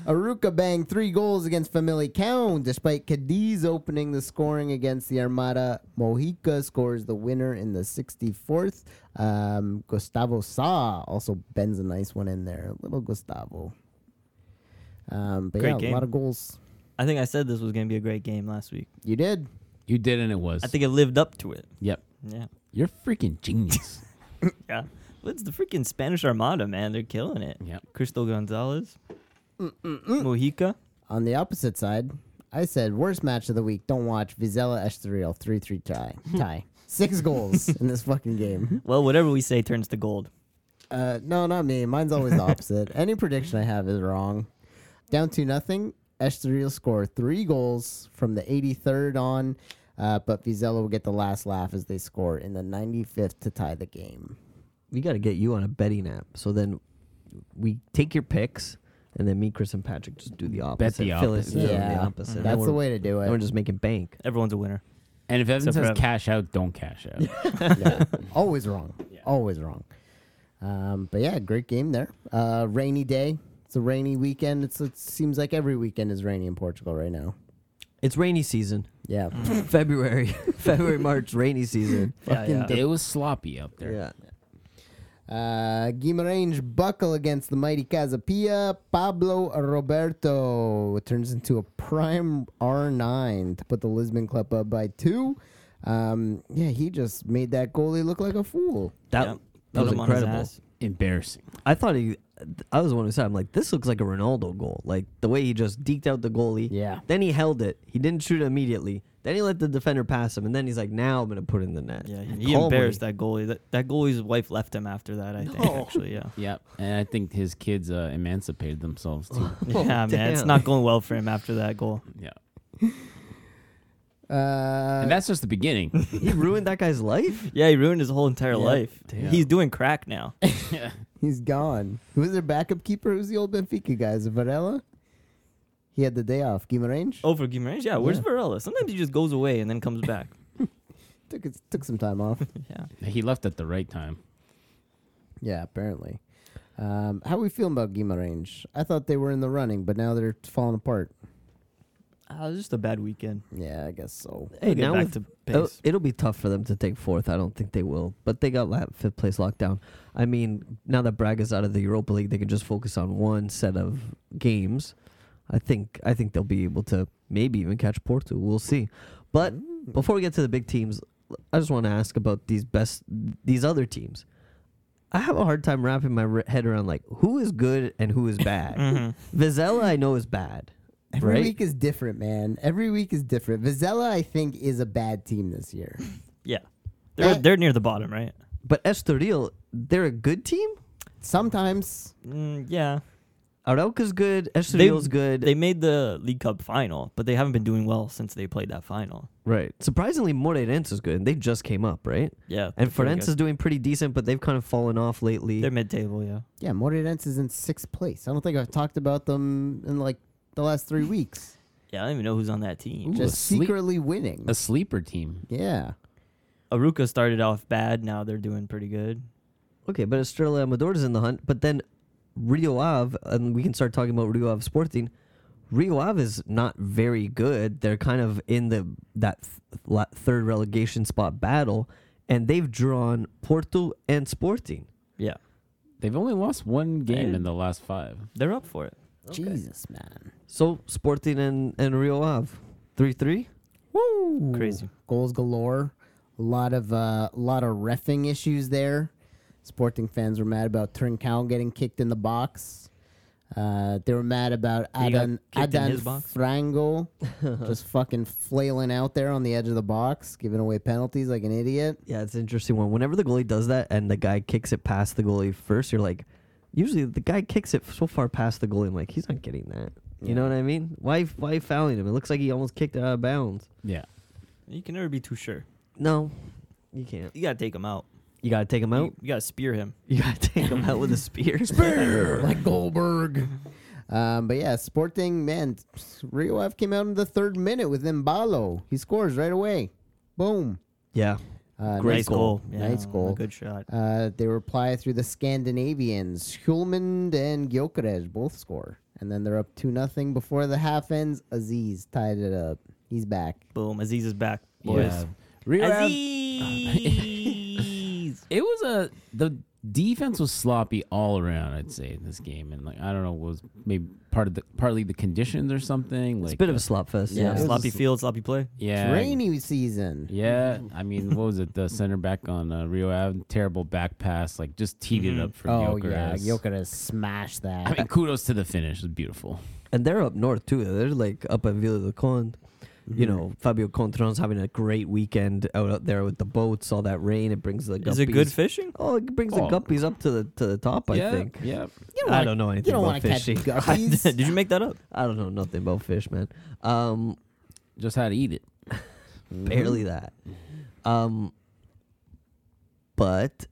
Speaker 4: Aruca banged three goals against Famalicão, despite Cadiz opening the scoring against the Armada. Mojica scores the winner in the 64th. Um, Gustavo Sa also bends a nice one in there. Little Gustavo. Um, but
Speaker 1: Great
Speaker 4: yeah,
Speaker 1: game.
Speaker 4: a lot of goals.
Speaker 1: (laughs) I think I said this was gonna be a great game last week.
Speaker 4: You did.
Speaker 2: You did, and it was.
Speaker 1: I think it lived up to it.
Speaker 2: Yep.
Speaker 1: Yeah.
Speaker 2: You're freaking genius.
Speaker 1: Yeah. Well, it's the freaking Spanish Armada, man. They're killing it.
Speaker 2: Yep.
Speaker 1: Crystal Gonzalez, Mojica.
Speaker 4: On the opposite side, I said worst match of the week. Don't watch Vizela Estoril 3 3 tie. tie. Six goals in this fucking game.
Speaker 1: Well, whatever we say turns to gold.
Speaker 4: Uh, no, not me. Mine's always the opposite. Any prediction I have is wrong. Down to nothing. Estoril score three goals from the 83rd on, uh, but Vizela will get the last laugh as they score in the 95th to tie the game.
Speaker 3: We got to get you on a betting app. So then we take your picks, and then me, Chris, and Patrick just do the opposite. Mm-hmm.
Speaker 2: the
Speaker 3: Fill us
Speaker 2: opposite.
Speaker 3: in on
Speaker 4: Yeah,
Speaker 3: the opposite.
Speaker 4: That's the
Speaker 3: Then we're-
Speaker 4: way to do
Speaker 3: Then we're
Speaker 4: it.
Speaker 3: just making bank.
Speaker 1: Everyone's a winner.
Speaker 2: And if Evan
Speaker 1: Except for
Speaker 2: says
Speaker 1: Evan.
Speaker 2: cash out, don't cash out.
Speaker 4: Yeah. (laughs) Always wrong. Always wrong. Um, but yeah, great game there. Uh, rainy day. It's a rainy weekend. It's, it seems like every weekend is rainy in Portugal right now.
Speaker 3: It's rainy (laughs) season.
Speaker 4: Yeah.
Speaker 3: Mm. (laughs) February, February, March, rainy (laughs) season.
Speaker 4: Fucking
Speaker 1: yeah.
Speaker 2: it was sloppy up there.
Speaker 3: Yeah.
Speaker 4: Uh, Guimarães buckle against the mighty Casapia. Pablo Roberto turns into a prime R9 to put the Lisbon club up by two. Um, yeah, he just made that goalie look like a fool.
Speaker 3: That,
Speaker 1: Yeah.
Speaker 3: that was
Speaker 1: Put him on his
Speaker 3: incredible.
Speaker 1: ass.
Speaker 2: Embarrassing.
Speaker 3: I thought he, I was the one who said, I'm like, this looks like a Ronaldo goal. Like the way he just deked out the goalie.
Speaker 4: Yeah.
Speaker 3: Then he held it. He didn't shoot it immediately. Then he let the defender pass him. And then he's like, now I'm going to put it in the net.
Speaker 1: Yeah, he, he
Speaker 3: Calmly.
Speaker 1: embarrassed that goalie. That, that goalie's wife left him after that. I think
Speaker 3: No.
Speaker 1: actually,
Speaker 2: (laughs)
Speaker 1: yeah,
Speaker 2: Yep. And I think his kids uh, emancipated themselves too.
Speaker 1: yeah, man, it's
Speaker 3: damn.
Speaker 1: not going well for him after that goal.
Speaker 2: yeah.
Speaker 4: Uh,
Speaker 2: And that's just the
Speaker 3: (laughs)
Speaker 2: beginning.
Speaker 3: (laughs) He ruined that guy's life?
Speaker 1: Yeah, he ruined his whole entire life.
Speaker 2: Damn.
Speaker 1: He's doing crack now.
Speaker 4: he's gone. Who was their backup keeper? Who's the old Benfica guy? Is it Varela? He had the day off. Guimarães
Speaker 1: Oh, for Guimarães, yeah. Where's Varela? Sometimes he just goes away and then comes back.
Speaker 4: took his, took some time off. (laughs)
Speaker 1: yeah,
Speaker 2: he left at the right time.
Speaker 4: yeah, apparently. Um, how we feeling about Guimarães? I thought they were in the running, but now they're falling apart.
Speaker 1: uh, it was just a bad weekend.
Speaker 4: Yeah, I guess so.
Speaker 3: Hey,
Speaker 1: get
Speaker 3: now
Speaker 1: back
Speaker 3: with-
Speaker 1: to
Speaker 3: it'll,
Speaker 1: pace.
Speaker 3: it'll be tough for them to take fourth. I don't think they will. But they got la- fifth place locked down. I mean, now that Braga's out of the Europa League, they can just focus on one set of games. I think I think they'll be able to maybe even catch Porto. We'll see. But before we get to the big teams, I just want to ask about these best these other teams. I have a hard time wrapping my re- head around like who is good and who
Speaker 1: (laughs)
Speaker 3: is bad.
Speaker 1: Mm. Mm-hmm.
Speaker 3: Vizela I know is bad.
Speaker 4: Every
Speaker 3: right?
Speaker 4: week is different, man. Every week is different. Vizela, I think, is a bad team this year.
Speaker 1: Yeah, they're
Speaker 4: That-
Speaker 1: they're near the bottom, right?
Speaker 3: But Estoril, they're a good team.
Speaker 4: Sometimes,
Speaker 1: Mm, yeah,
Speaker 3: Arauca's good. Estoril's
Speaker 1: They-
Speaker 3: good.
Speaker 1: they made the League Cup final, but they haven't been doing well since they played that final.
Speaker 3: right. Surprisingly, Moreirense is good. and They just came up, right?
Speaker 1: Yeah,
Speaker 3: And
Speaker 1: they're really
Speaker 3: Forense
Speaker 1: good.
Speaker 3: is doing pretty decent, but they've kind of fallen off lately.
Speaker 1: they're mid table. Yeah,
Speaker 4: yeah, Moreirense is in sixth place. I don't think I've talked about them in like the last three weeks.
Speaker 1: yeah. I don't even know who's on that team.
Speaker 2: Ooh,
Speaker 4: Just
Speaker 2: asleep.
Speaker 4: secretly winning.
Speaker 2: A sleeper team.
Speaker 4: yeah.
Speaker 1: Aruka started off bad. Now they're doing pretty good.
Speaker 3: okay, but Estrella Amador's in the hunt. But then Rio Ave, and we can start talking about Rio Ave Sporting. Rio Ave is not very good. They're kind of in the that th- la- third relegation spot battle, and they've drawn Porto and Sporting.
Speaker 1: Yeah,
Speaker 2: They've only lost one game in the last five.
Speaker 1: they're up for it.
Speaker 4: Jesus, man.
Speaker 3: So Sporting and, and Rio Ave,
Speaker 1: (laughs)
Speaker 3: three three.
Speaker 4: Woo!
Speaker 1: Crazy.
Speaker 4: Goals galore. A lot of uh, lot of refing issues there. Sporting fans were mad about Trincao getting kicked in the box. Uh, they were mad about
Speaker 1: He got
Speaker 4: Adan,
Speaker 1: kicked in
Speaker 4: Adan
Speaker 1: his box? (laughs)
Speaker 4: Frango just fucking flailing out there on the edge of the box, giving away penalties like an idiot.
Speaker 3: Yeah, it's an interesting one. Whenever the goalie does that and the guy kicks it past the goalie first, you're like, usually the guy kicks it so far past the goalie. I'm like, he's not getting that. You know what I mean? Why why fouling him? It looks like he almost kicked it out of bounds.
Speaker 2: Yeah.
Speaker 1: You can never be too sure.
Speaker 3: No, you can't.
Speaker 1: You gotta take him out.
Speaker 3: You gotta take him out.
Speaker 1: You, you gotta spear him.
Speaker 3: You gotta
Speaker 1: (laughs)
Speaker 3: take him out with a (laughs) spear.
Speaker 4: like Goldberg. Um, but yeah, Sporting, man, Rio F came out in the third minute with Mbalo. He scores right away. Boom.
Speaker 3: Yeah.
Speaker 4: Uh,
Speaker 3: Great
Speaker 1: nice
Speaker 3: goal.
Speaker 1: goal. Yeah,
Speaker 4: Nice goal.
Speaker 1: Good shot.
Speaker 4: Uh, they reply through the Scandinavians. Hulmand and Gyökeres both score. And then they're up 2 nothing before the half ends. Aziz tied it up. He's back.
Speaker 1: Boom. Aziz is back.
Speaker 2: Yeah.
Speaker 1: Boys.
Speaker 2: Rio Ave-
Speaker 1: Aziz.
Speaker 2: it was a the defense was sloppy all around. I'd say in this game, and like I don't know, was maybe part of the partly the conditions or something. Like
Speaker 3: It's a bit of a slop fest. (laughs)
Speaker 4: Yeah.
Speaker 3: Yeah.
Speaker 4: It was
Speaker 1: sloppy
Speaker 4: just-
Speaker 1: field, sloppy play.
Speaker 2: yeah,
Speaker 4: It's rainy season.
Speaker 3: (laughs)
Speaker 2: Yeah, I mean, what was it? The center back on uh, Rio Ave, terrible back pass, like just teed
Speaker 3: Mm-hmm.
Speaker 2: it up for
Speaker 4: Oh, yeah.
Speaker 2: Gyökeres.
Speaker 4: Gyökeres smashed that.
Speaker 2: I mean, kudos to the finish. It was beautiful.
Speaker 3: And they're up north too. They're like up at Villa del Conde. You
Speaker 2: Mm-hmm.
Speaker 3: know, Fabio Contron's having a great weekend out, out there with the boats, all that rain. It brings the guppies.
Speaker 1: Is it good fishing? (laughs)
Speaker 3: Oh, it brings
Speaker 2: Oh.
Speaker 3: the guppies up to the to the top. I
Speaker 2: yeah,
Speaker 3: think.
Speaker 2: Yeah.
Speaker 3: I don't know anything
Speaker 4: You don't
Speaker 3: about
Speaker 4: want to catch
Speaker 3: fishing.
Speaker 2: (laughs)
Speaker 1: Did
Speaker 4: guppies.
Speaker 1: you make that up?
Speaker 3: I don't know nothing about fish, man. Um,
Speaker 2: Just how to eat it.
Speaker 4: Mm-hmm.
Speaker 3: barely that. Um, but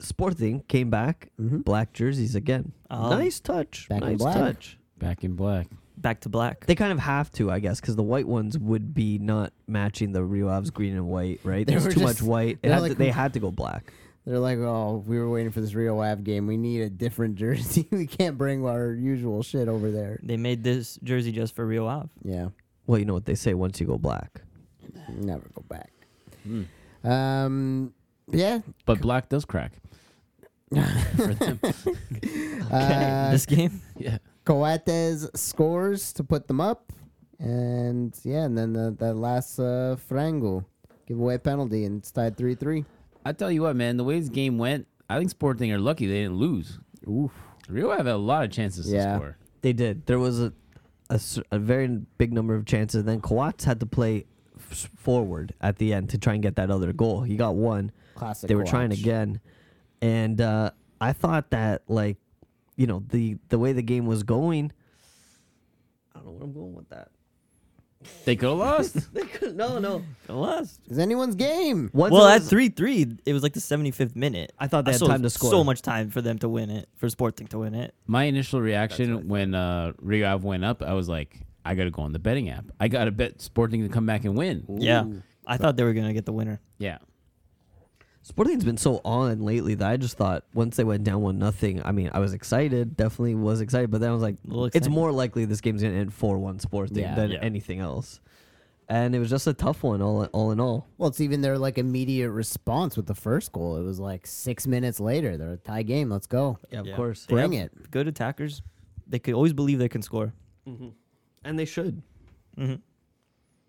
Speaker 3: Sporting came back,
Speaker 4: Mm-hmm.
Speaker 3: black jerseys again.
Speaker 1: Oh.
Speaker 3: nice touch.
Speaker 4: Back in
Speaker 3: nice
Speaker 4: black.
Speaker 3: touch.
Speaker 2: Back in black.
Speaker 1: Back to black.
Speaker 3: They kind of have to, I guess, because the white ones would be not matching the Rio Ave's green and white, right?
Speaker 4: They
Speaker 3: There's
Speaker 4: were
Speaker 3: too
Speaker 4: just-
Speaker 3: much white. It
Speaker 4: they're
Speaker 3: had to,
Speaker 4: like-
Speaker 3: they had to go black.
Speaker 4: They're like, oh, we were waiting for this Rio Ave game. We need a different (laughs) jersey. we can't bring our usual shit over there.
Speaker 1: They made this jersey just for Rio Ave.
Speaker 4: Yeah,
Speaker 3: Well, you know what they say once you go black.
Speaker 4: never go back.
Speaker 3: Hmm.
Speaker 4: Um, yeah.
Speaker 2: But black does crack. (laughs) for
Speaker 4: (laughs)
Speaker 2: them.
Speaker 1: (laughs)
Speaker 4: Uh,
Speaker 1: this game.
Speaker 2: Yeah.
Speaker 4: Coates scores to put them up, and yeah, and then the, the last uh, Frango giveaway penalty, and it's tied three three.
Speaker 2: I tell you what, man, the way this game went, I think Sporting are lucky they didn't lose.
Speaker 4: Oof.
Speaker 2: Rio Ave had a lot of chances
Speaker 4: Yeah.
Speaker 2: to score.
Speaker 3: They did. There was a, a s- a very big number of chances. Then Coates had to play f- forward at the end to try and get that other goal. He got one.
Speaker 4: Classic.
Speaker 3: they were trying
Speaker 4: Coates.
Speaker 3: again, and uh, I thought that like, you know, the the way the game was going. I don't know where I'm going with that. (laughs)
Speaker 2: They could have lost.
Speaker 3: no, no.
Speaker 1: Lost.
Speaker 4: It's anyone's game.
Speaker 3: Once
Speaker 1: well,
Speaker 3: it
Speaker 1: at
Speaker 3: was-
Speaker 1: three three, it was like the seventy fifth minute.
Speaker 3: I thought they had
Speaker 1: saw
Speaker 3: time to score.
Speaker 1: So much time for them to win it, for Sporting to win it.
Speaker 2: My initial reaction when uh, Rio Ave went up, I was like, I gotta go on the betting app. I gotta bet Sporting to come back and win.
Speaker 1: Yeah, I thought they were gonna get the winner.
Speaker 2: Yeah.
Speaker 3: Sporting's been so on lately that I just thought once they went down one nothing. I mean, I was excited, definitely was excited, but then I was like,
Speaker 1: little
Speaker 3: it's
Speaker 1: excited.
Speaker 3: more likely this game's gonna end four one Sporting
Speaker 2: Yeah.
Speaker 3: than
Speaker 1: Yeah.
Speaker 3: anything else. And it was just a tough one, all all in all.
Speaker 4: Well, it's even their like immediate response with the first goal. It was like six minutes later. They're a tie game. Let's go.
Speaker 3: Yeah, of
Speaker 1: Yeah.
Speaker 3: course.
Speaker 1: They
Speaker 4: Bring
Speaker 1: have
Speaker 4: it.
Speaker 1: Good attackers. They could always believe they can score.
Speaker 3: And they should.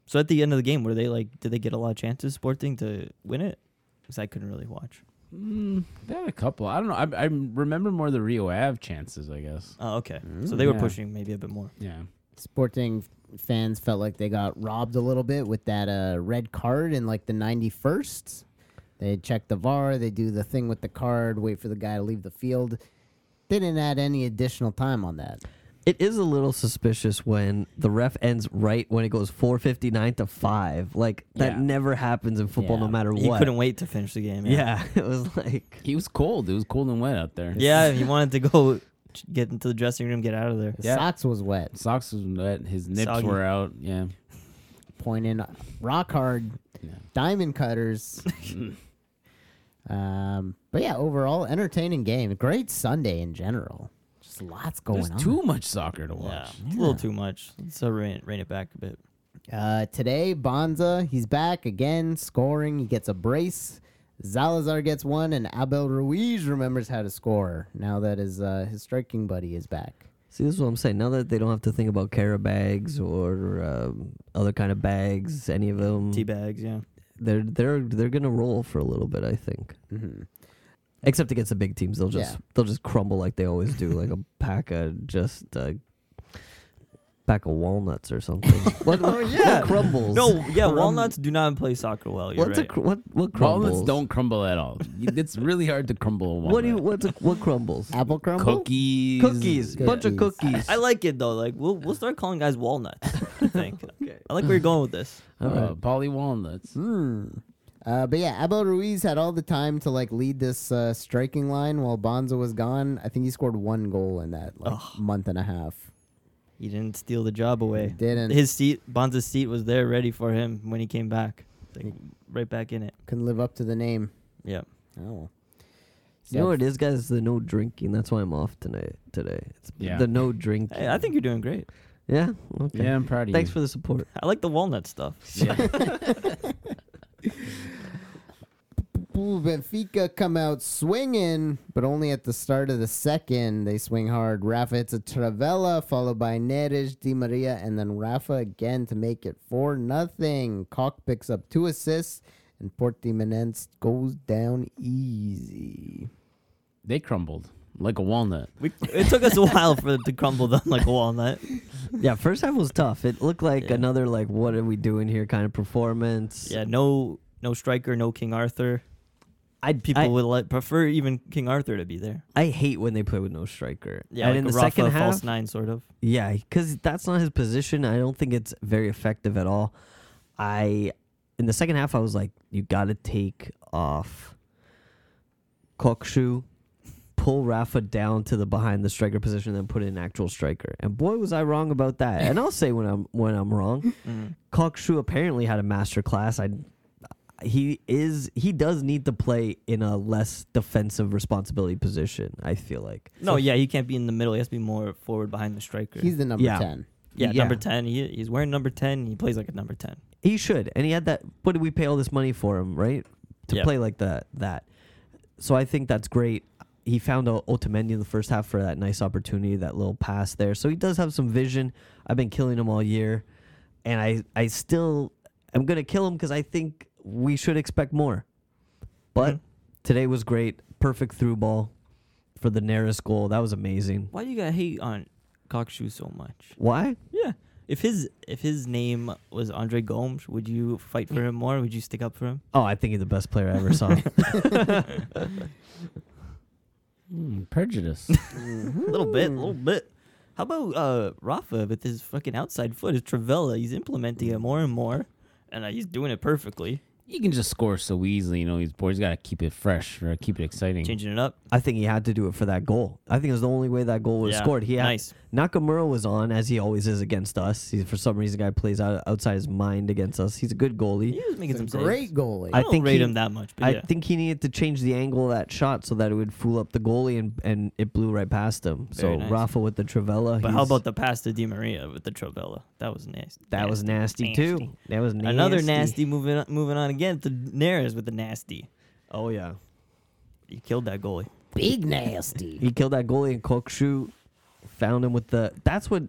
Speaker 1: So at the end of the game, were they like, did they get a lot of chances, Sporting, to win it? Because I couldn't really watch.
Speaker 2: Mm, they had a couple. I don't know. I, I remember more the Rio Ave chances, I guess.
Speaker 1: Oh, okay. so they were
Speaker 2: yeah.
Speaker 1: pushing maybe a bit more.
Speaker 2: Yeah.
Speaker 4: Sporting fans felt like they got robbed a little bit with that uh, red card in like the 91st. They check the VAR, they do the thing with the card, wait for the guy to leave the field. They didn't add any additional time on that.
Speaker 3: It is a little suspicious when the ref ends right when it goes 4:59 to 5. Like that
Speaker 2: Yeah.
Speaker 3: never happens in football no
Speaker 2: Yeah.
Speaker 3: matter
Speaker 1: He
Speaker 3: what.
Speaker 1: couldn't wait to finish the game. Yeah.
Speaker 3: (laughs) yeah, it was like
Speaker 2: He was cold. It was cold and wet out there.
Speaker 1: (laughs) Yeah, he wanted to go ch- get into the dressing room, get out of there.
Speaker 4: The
Speaker 2: Yeah.
Speaker 4: socks was wet.
Speaker 2: Socks was wet. His nips
Speaker 1: Soggy.
Speaker 2: were out. Yeah.
Speaker 4: Pointing rock hard,
Speaker 2: Yeah.
Speaker 4: uh, diamond
Speaker 2: (laughs)
Speaker 4: cutters. um, but yeah, overall, entertaining game. Great Sunday in general. Just lots going
Speaker 2: There's
Speaker 4: on.
Speaker 2: too much soccer to
Speaker 1: Yeah,
Speaker 2: watch.
Speaker 1: it's a little too much. So rein, rein it back a bit.
Speaker 4: Uh, today, Bonza, he's back again, scoring. He gets a brace. Zalazar gets one, and Abel Ruiz remembers how to score now that his, uh, his striking buddy is back.
Speaker 3: See, this is what I'm saying. Now that they don't have to think about Cara bags or um, other kind of bags, any of them,
Speaker 1: Tea bags, yeah.
Speaker 3: Mm-hmm.
Speaker 4: (laughs)
Speaker 3: they're they're they're gonna roll for a little bit. I think. Except against the big teams, they'll just
Speaker 4: Yeah.
Speaker 3: they'll just crumble like they always do, like a pack of just uh, pack of walnuts or something. what, what,
Speaker 1: Oh,
Speaker 3: what
Speaker 1: yeah.
Speaker 3: crumbles?
Speaker 1: No, yeah,
Speaker 3: Crum-
Speaker 1: walnuts do not play soccer well. You're
Speaker 3: What's a
Speaker 1: right.
Speaker 3: cr- what what crumbles?
Speaker 2: Walnuts don't crumble at all. You- It's really hard to crumble a walnut.
Speaker 3: What do you what's a, what crumbles?
Speaker 4: Apple crumble.
Speaker 2: Cookies.
Speaker 3: Cookies, bunch of
Speaker 4: Cookies.
Speaker 3: cookies.
Speaker 1: I like it though. Like we'll we'll start calling guys walnuts. I think. I like where you're going with this.
Speaker 2: Uh, poly walnuts.
Speaker 4: Uh, but yeah, Abel Ruiz had all the time to like lead this uh, striking line while Bonza was gone. I think he scored one goal in that like month and a half.
Speaker 1: He didn't steal the job away.
Speaker 4: didn't.
Speaker 1: His seat, Bonza's seat, was there ready for him when he came back. Like, right back in it.
Speaker 4: Couldn't live up to the name.
Speaker 1: Yeah.
Speaker 4: Oh, well.
Speaker 3: You know what it is, guys? It's The no drinking. That's why I'm off tonight. Today, it's
Speaker 2: Yeah.
Speaker 3: the no drinking.
Speaker 1: Hey, I think you're doing great.
Speaker 3: Yeah. Okay.
Speaker 2: Yeah, I'm proud of
Speaker 3: Thanks for
Speaker 2: you.
Speaker 3: the support.
Speaker 1: I like the walnut
Speaker 3: (laughs)
Speaker 1: stuff.
Speaker 4: Ooh, Benfica come out swinging, but only at the start of the second. They swing hard. Rafa hits a Travella, followed by Neres, Di Maria, and then Rafa again to make it 4 nothing. Cock picks up two assists, and Portimonense goes down easy.
Speaker 2: They crumbled like a walnut.
Speaker 1: We, it took us a while for them to crumble them like a
Speaker 3: (laughs)
Speaker 1: walnut.
Speaker 3: yeah. First half was tough. It looked like
Speaker 1: Yeah.
Speaker 3: another like what are we doing here kind of performance.
Speaker 1: Yeah, no no striker, no King Arthur.
Speaker 3: I'd
Speaker 1: People
Speaker 3: I,
Speaker 1: would like, prefer even King Arthur to be there.
Speaker 3: I hate when they play with no striker.
Speaker 1: Yeah,
Speaker 3: and
Speaker 1: like
Speaker 3: in
Speaker 1: a
Speaker 3: the
Speaker 1: Rafa
Speaker 3: second half,
Speaker 1: false nine sort of.
Speaker 3: yeah, because that's not his position. I don't think it's very effective at all. I in the second half, I was like, you got to take off Kokshu, pull Rafa down to the behind the striker position, then put in an actual striker. And boy, was I wrong about that. And I'll say when I'm when I'm wrong. Kokshu apparently had a master class. I he is he does need to play in a less defensive responsibility position. I feel like.
Speaker 1: No, yeah, he can't be in the middle. He has to be more forward behind the striker.
Speaker 4: He's the number
Speaker 3: Yeah.
Speaker 4: 10.
Speaker 1: yeah,
Speaker 3: yeah.
Speaker 1: number 10. He, he's wearing number 10. He plays like a number 10.
Speaker 3: He should, and he had that. What did we pay all this money for him, right? To
Speaker 1: Yeah.
Speaker 3: play like that. That. So I think that's great. He found out Otamendi in the first half for that nice opportunity, that little pass there. So he does have some vision. I've been killing him all year, and I I still am gonna kill him because I think we should expect more. But
Speaker 1: Mhm.
Speaker 3: today was great. Perfect through ball for the Neres goal. That was amazing.
Speaker 1: Why do you got to hate on Cockshoe so much?
Speaker 3: Why?
Speaker 1: Yeah. If his if his name was Andre Gomes, would you fight for him more? Would you stick up for
Speaker 3: (laughs)
Speaker 1: him?
Speaker 3: Oh, I think he's the best player I ever saw.
Speaker 1: (laughs)
Speaker 2: Mm, prejudice.
Speaker 1: A little bit, a little
Speaker 3: Hmm.
Speaker 1: bit. How about uh, Rafa with his fucking outside foot? Is Travella? He's implementing it more and more, and uh, he's doing it perfectly,
Speaker 2: (laughs) you can just score so easily. You know, these boys got to keep it fresh or keep it exciting.
Speaker 1: changing it up.
Speaker 3: I think he had to do it for that goal. I think it was the only way that goal was
Speaker 1: Yeah,
Speaker 3: scored. He had,
Speaker 1: nice.
Speaker 3: Nakamura was on as he always is against us. He, for some reason, guy plays out, outside his mind against us. He's a good goalie.
Speaker 1: He was making
Speaker 4: He's a
Speaker 1: some
Speaker 4: great
Speaker 1: saves.
Speaker 4: goalie.
Speaker 1: I
Speaker 3: I
Speaker 1: don't
Speaker 3: think
Speaker 1: rate
Speaker 3: he-
Speaker 1: him that much, but
Speaker 3: I
Speaker 1: yeah.
Speaker 3: think he needed to change the angle of that shot so that it would fool up the goalie and, and it blew right past him. So
Speaker 1: Very nice.
Speaker 3: Rafa with the Travella.
Speaker 1: but how about the pass to Di Maria with the Travella? That was nasty.
Speaker 3: that was nasty, too? That was nasty.
Speaker 1: Another nasty moving on, moving on again to Neres with the nasty.
Speaker 3: Oh yeah,
Speaker 1: He killed that goalie.
Speaker 4: Big nasty.
Speaker 3: he killed that goalie and Kokshu found him with the. That's what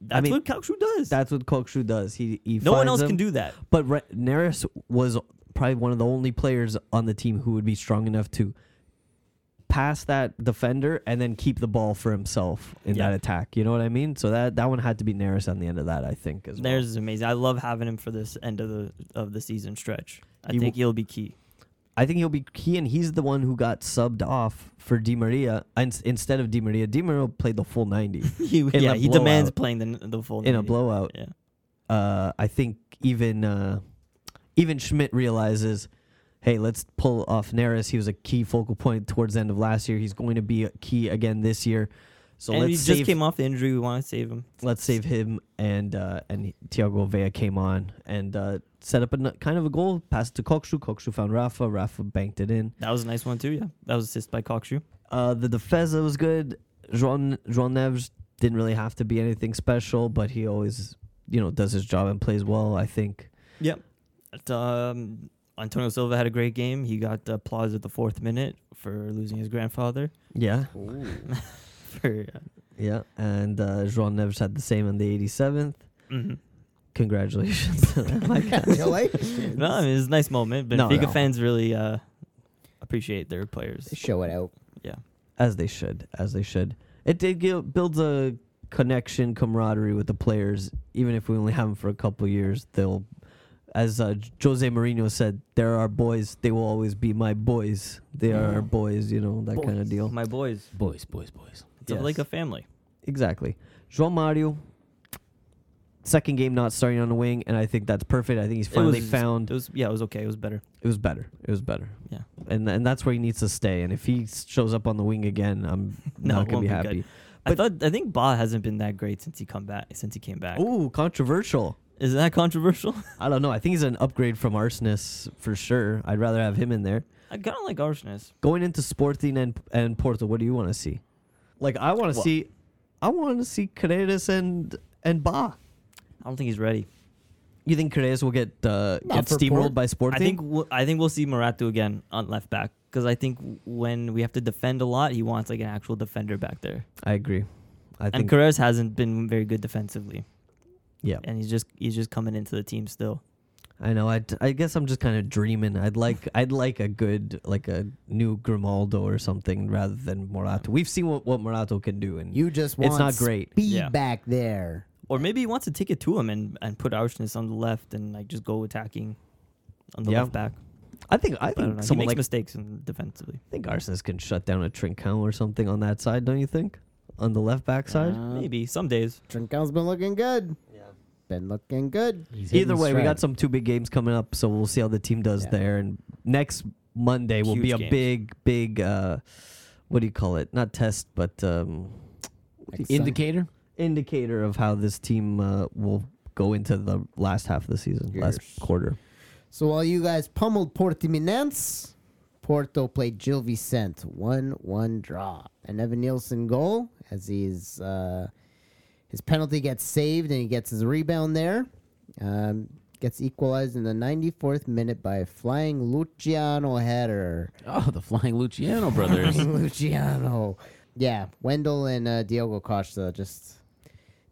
Speaker 1: That's
Speaker 3: mean,
Speaker 1: what Kalkshu does.
Speaker 3: that's what Kokshu does. He he.
Speaker 1: no one else
Speaker 3: finds him.
Speaker 1: can do that.
Speaker 3: But Re- Neris was probably one of the only players on the team who would be strong enough to pass that defender and then keep the ball for himself in
Speaker 1: Yeah.
Speaker 3: that attack. You know what I mean? So that that one had to be Neris on the end of that, I think. As well.
Speaker 1: Neres is amazing. I love having him for this end of the of the season stretch. I
Speaker 3: He
Speaker 1: think
Speaker 3: will-
Speaker 1: he'll be
Speaker 3: (laughs)
Speaker 1: key.
Speaker 3: I think he'll be key, and he's the one who got subbed off for Di Maria in, instead of Di Maria. Di Maria played the full ninety
Speaker 1: (laughs) He,
Speaker 3: a
Speaker 1: yeah, he demands
Speaker 3: blowout.
Speaker 1: playing the, the full
Speaker 3: in a
Speaker 1: 90.
Speaker 3: blowout.
Speaker 1: Yeah.
Speaker 3: uh, I think even uh, even Schmidt realizes, hey, let's pull off Neris. He was a key focal point towards the end of last year. He's going to be a key again this year. So
Speaker 1: and he
Speaker 3: let's
Speaker 1: just
Speaker 3: save,
Speaker 1: came off the injury. We want to save him.
Speaker 3: let's save him and uh, and Thiago Vea came on and uh, set up a n- kind of a goal, passed to Kokshu. Kokshu found Rafa. Rafa banked it in.
Speaker 1: That was a nice one too. Yeah, that was assist by Cockshoe.
Speaker 3: Uh, the defensa was good. Joan Joan Neves didn't really have to be anything special, but he always you know does his job and plays well. I think.
Speaker 1: Yep. But, um, Antonio Silva had a great game. He got the applause at the fourth minute for losing his grandfather.
Speaker 3: (laughs)
Speaker 1: (laughs)
Speaker 3: Yeah.
Speaker 1: For uh,
Speaker 3: Yeah, and uh, Joan Neves had the same on the 87th.
Speaker 1: mhm.
Speaker 3: Mm-hmm.
Speaker 1: (laughs)
Speaker 3: Congratulations (laughs) to them. (laughs) I guess.
Speaker 4: (laughs) Congratulations.
Speaker 1: no, I mean, it was a nice moment. Benfica
Speaker 3: No, no.
Speaker 1: fans really uh, appreciate their players.
Speaker 4: They show it out.
Speaker 1: Yeah.
Speaker 3: as they should, as they should. It did gi- builds a connection, camaraderie with the players, even if we only have them for a couple years. They'll, as uh, J- Jose Mourinho said, "They're our boys. They will always be my boys. They are our boys." You know that kind of deal.
Speaker 1: My Mm. boys.
Speaker 2: Boys, boys, boys.
Speaker 1: It's a- like a
Speaker 3: Yes.
Speaker 1: family.
Speaker 3: Exactly. João Mario. Second game not starting on the wing, and I think that's perfect. I think he's finally
Speaker 1: it was,
Speaker 3: found
Speaker 1: It was, yeah, it was okay. It was better.
Speaker 3: it was better. It was better.
Speaker 1: Yeah.
Speaker 3: And and that's where he needs to stay. And if he s- shows up on the wing again, I'm
Speaker 1: (laughs) No,
Speaker 3: not
Speaker 1: it
Speaker 3: gonna
Speaker 1: won't
Speaker 3: be
Speaker 1: be good.
Speaker 3: happy.
Speaker 1: I thought I think Ba hasn't been that great since he come back since he came back.
Speaker 3: Ooh, controversial.
Speaker 1: Is that (laughs) controversial?
Speaker 3: I don't know. I think he's an upgrade from Arsenis for sure. I'd rather have him in there.
Speaker 1: I kind of like Arshness.
Speaker 3: Going into Sporting and and Porto, what do you want to see? Like I want to
Speaker 1: Well-
Speaker 3: see, I want to see Carreras and and Ba.
Speaker 1: I don't think he's ready.
Speaker 3: You think Carreras will get uh,
Speaker 4: Not
Speaker 3: get
Speaker 4: for
Speaker 3: steamrolled
Speaker 4: Port-
Speaker 3: by Sporting?
Speaker 1: I think we'll, I think we'll see Maratu again on left back because I think w- when we have to defend a lot, he wants like an actual defender back there.
Speaker 3: I agree. I
Speaker 1: and
Speaker 3: think
Speaker 1: Carreras hasn't been very good defensively,
Speaker 3: yeah.
Speaker 1: and he's just he's just coming into the team still.
Speaker 3: I know. I, I guess I'm just kind of dreaming. I'd like I'd like a good like a new Grimaldo or something rather than Morato. We've seen what, what Morato can do, and
Speaker 4: You just want
Speaker 3: it's not great.
Speaker 4: speed
Speaker 1: Yeah.
Speaker 4: back there.
Speaker 1: Or maybe he wants to take it to him and, and put Arshness on the left and like just go attacking on the
Speaker 3: Yeah.
Speaker 1: left back.
Speaker 3: I think
Speaker 1: But
Speaker 3: I
Speaker 1: I don't
Speaker 3: think
Speaker 1: know. He
Speaker 3: someone
Speaker 1: makes
Speaker 3: like
Speaker 1: mistakes in defensively.
Speaker 3: I think Arsenis can shut down a Trincão or something on that side. Don't you think? On the left back side.
Speaker 4: Uh,
Speaker 1: Maybe some days.
Speaker 4: Trincão's been looking good. Yeah. Been looking good.
Speaker 2: He's hitting
Speaker 3: Either way, we
Speaker 2: stride.
Speaker 3: got some two big games coming up, so we'll see how the team does
Speaker 4: Yeah.
Speaker 3: there. And next Monday will be
Speaker 1: Huge
Speaker 3: a
Speaker 1: games.
Speaker 3: big big. uh What do you call it? Not test, but. um
Speaker 4: Like some-
Speaker 2: indicator.
Speaker 3: indicator of how this team uh, will go into the last half of the season, last
Speaker 4: Yes.
Speaker 3: quarter.
Speaker 4: So while you guys pummeled Portimonense, Porto played Gil Vicente, 1-1 draw. And Evan Nielsen goal as he's uh, his penalty gets saved and he gets his rebound there. Um, gets equalized in the 94th minute by a flying Luciano header.
Speaker 2: Oh, the flying Luciano brothers.
Speaker 4: (laughs) Luciano. Yeah, Wendell and uh, Diogo Costa just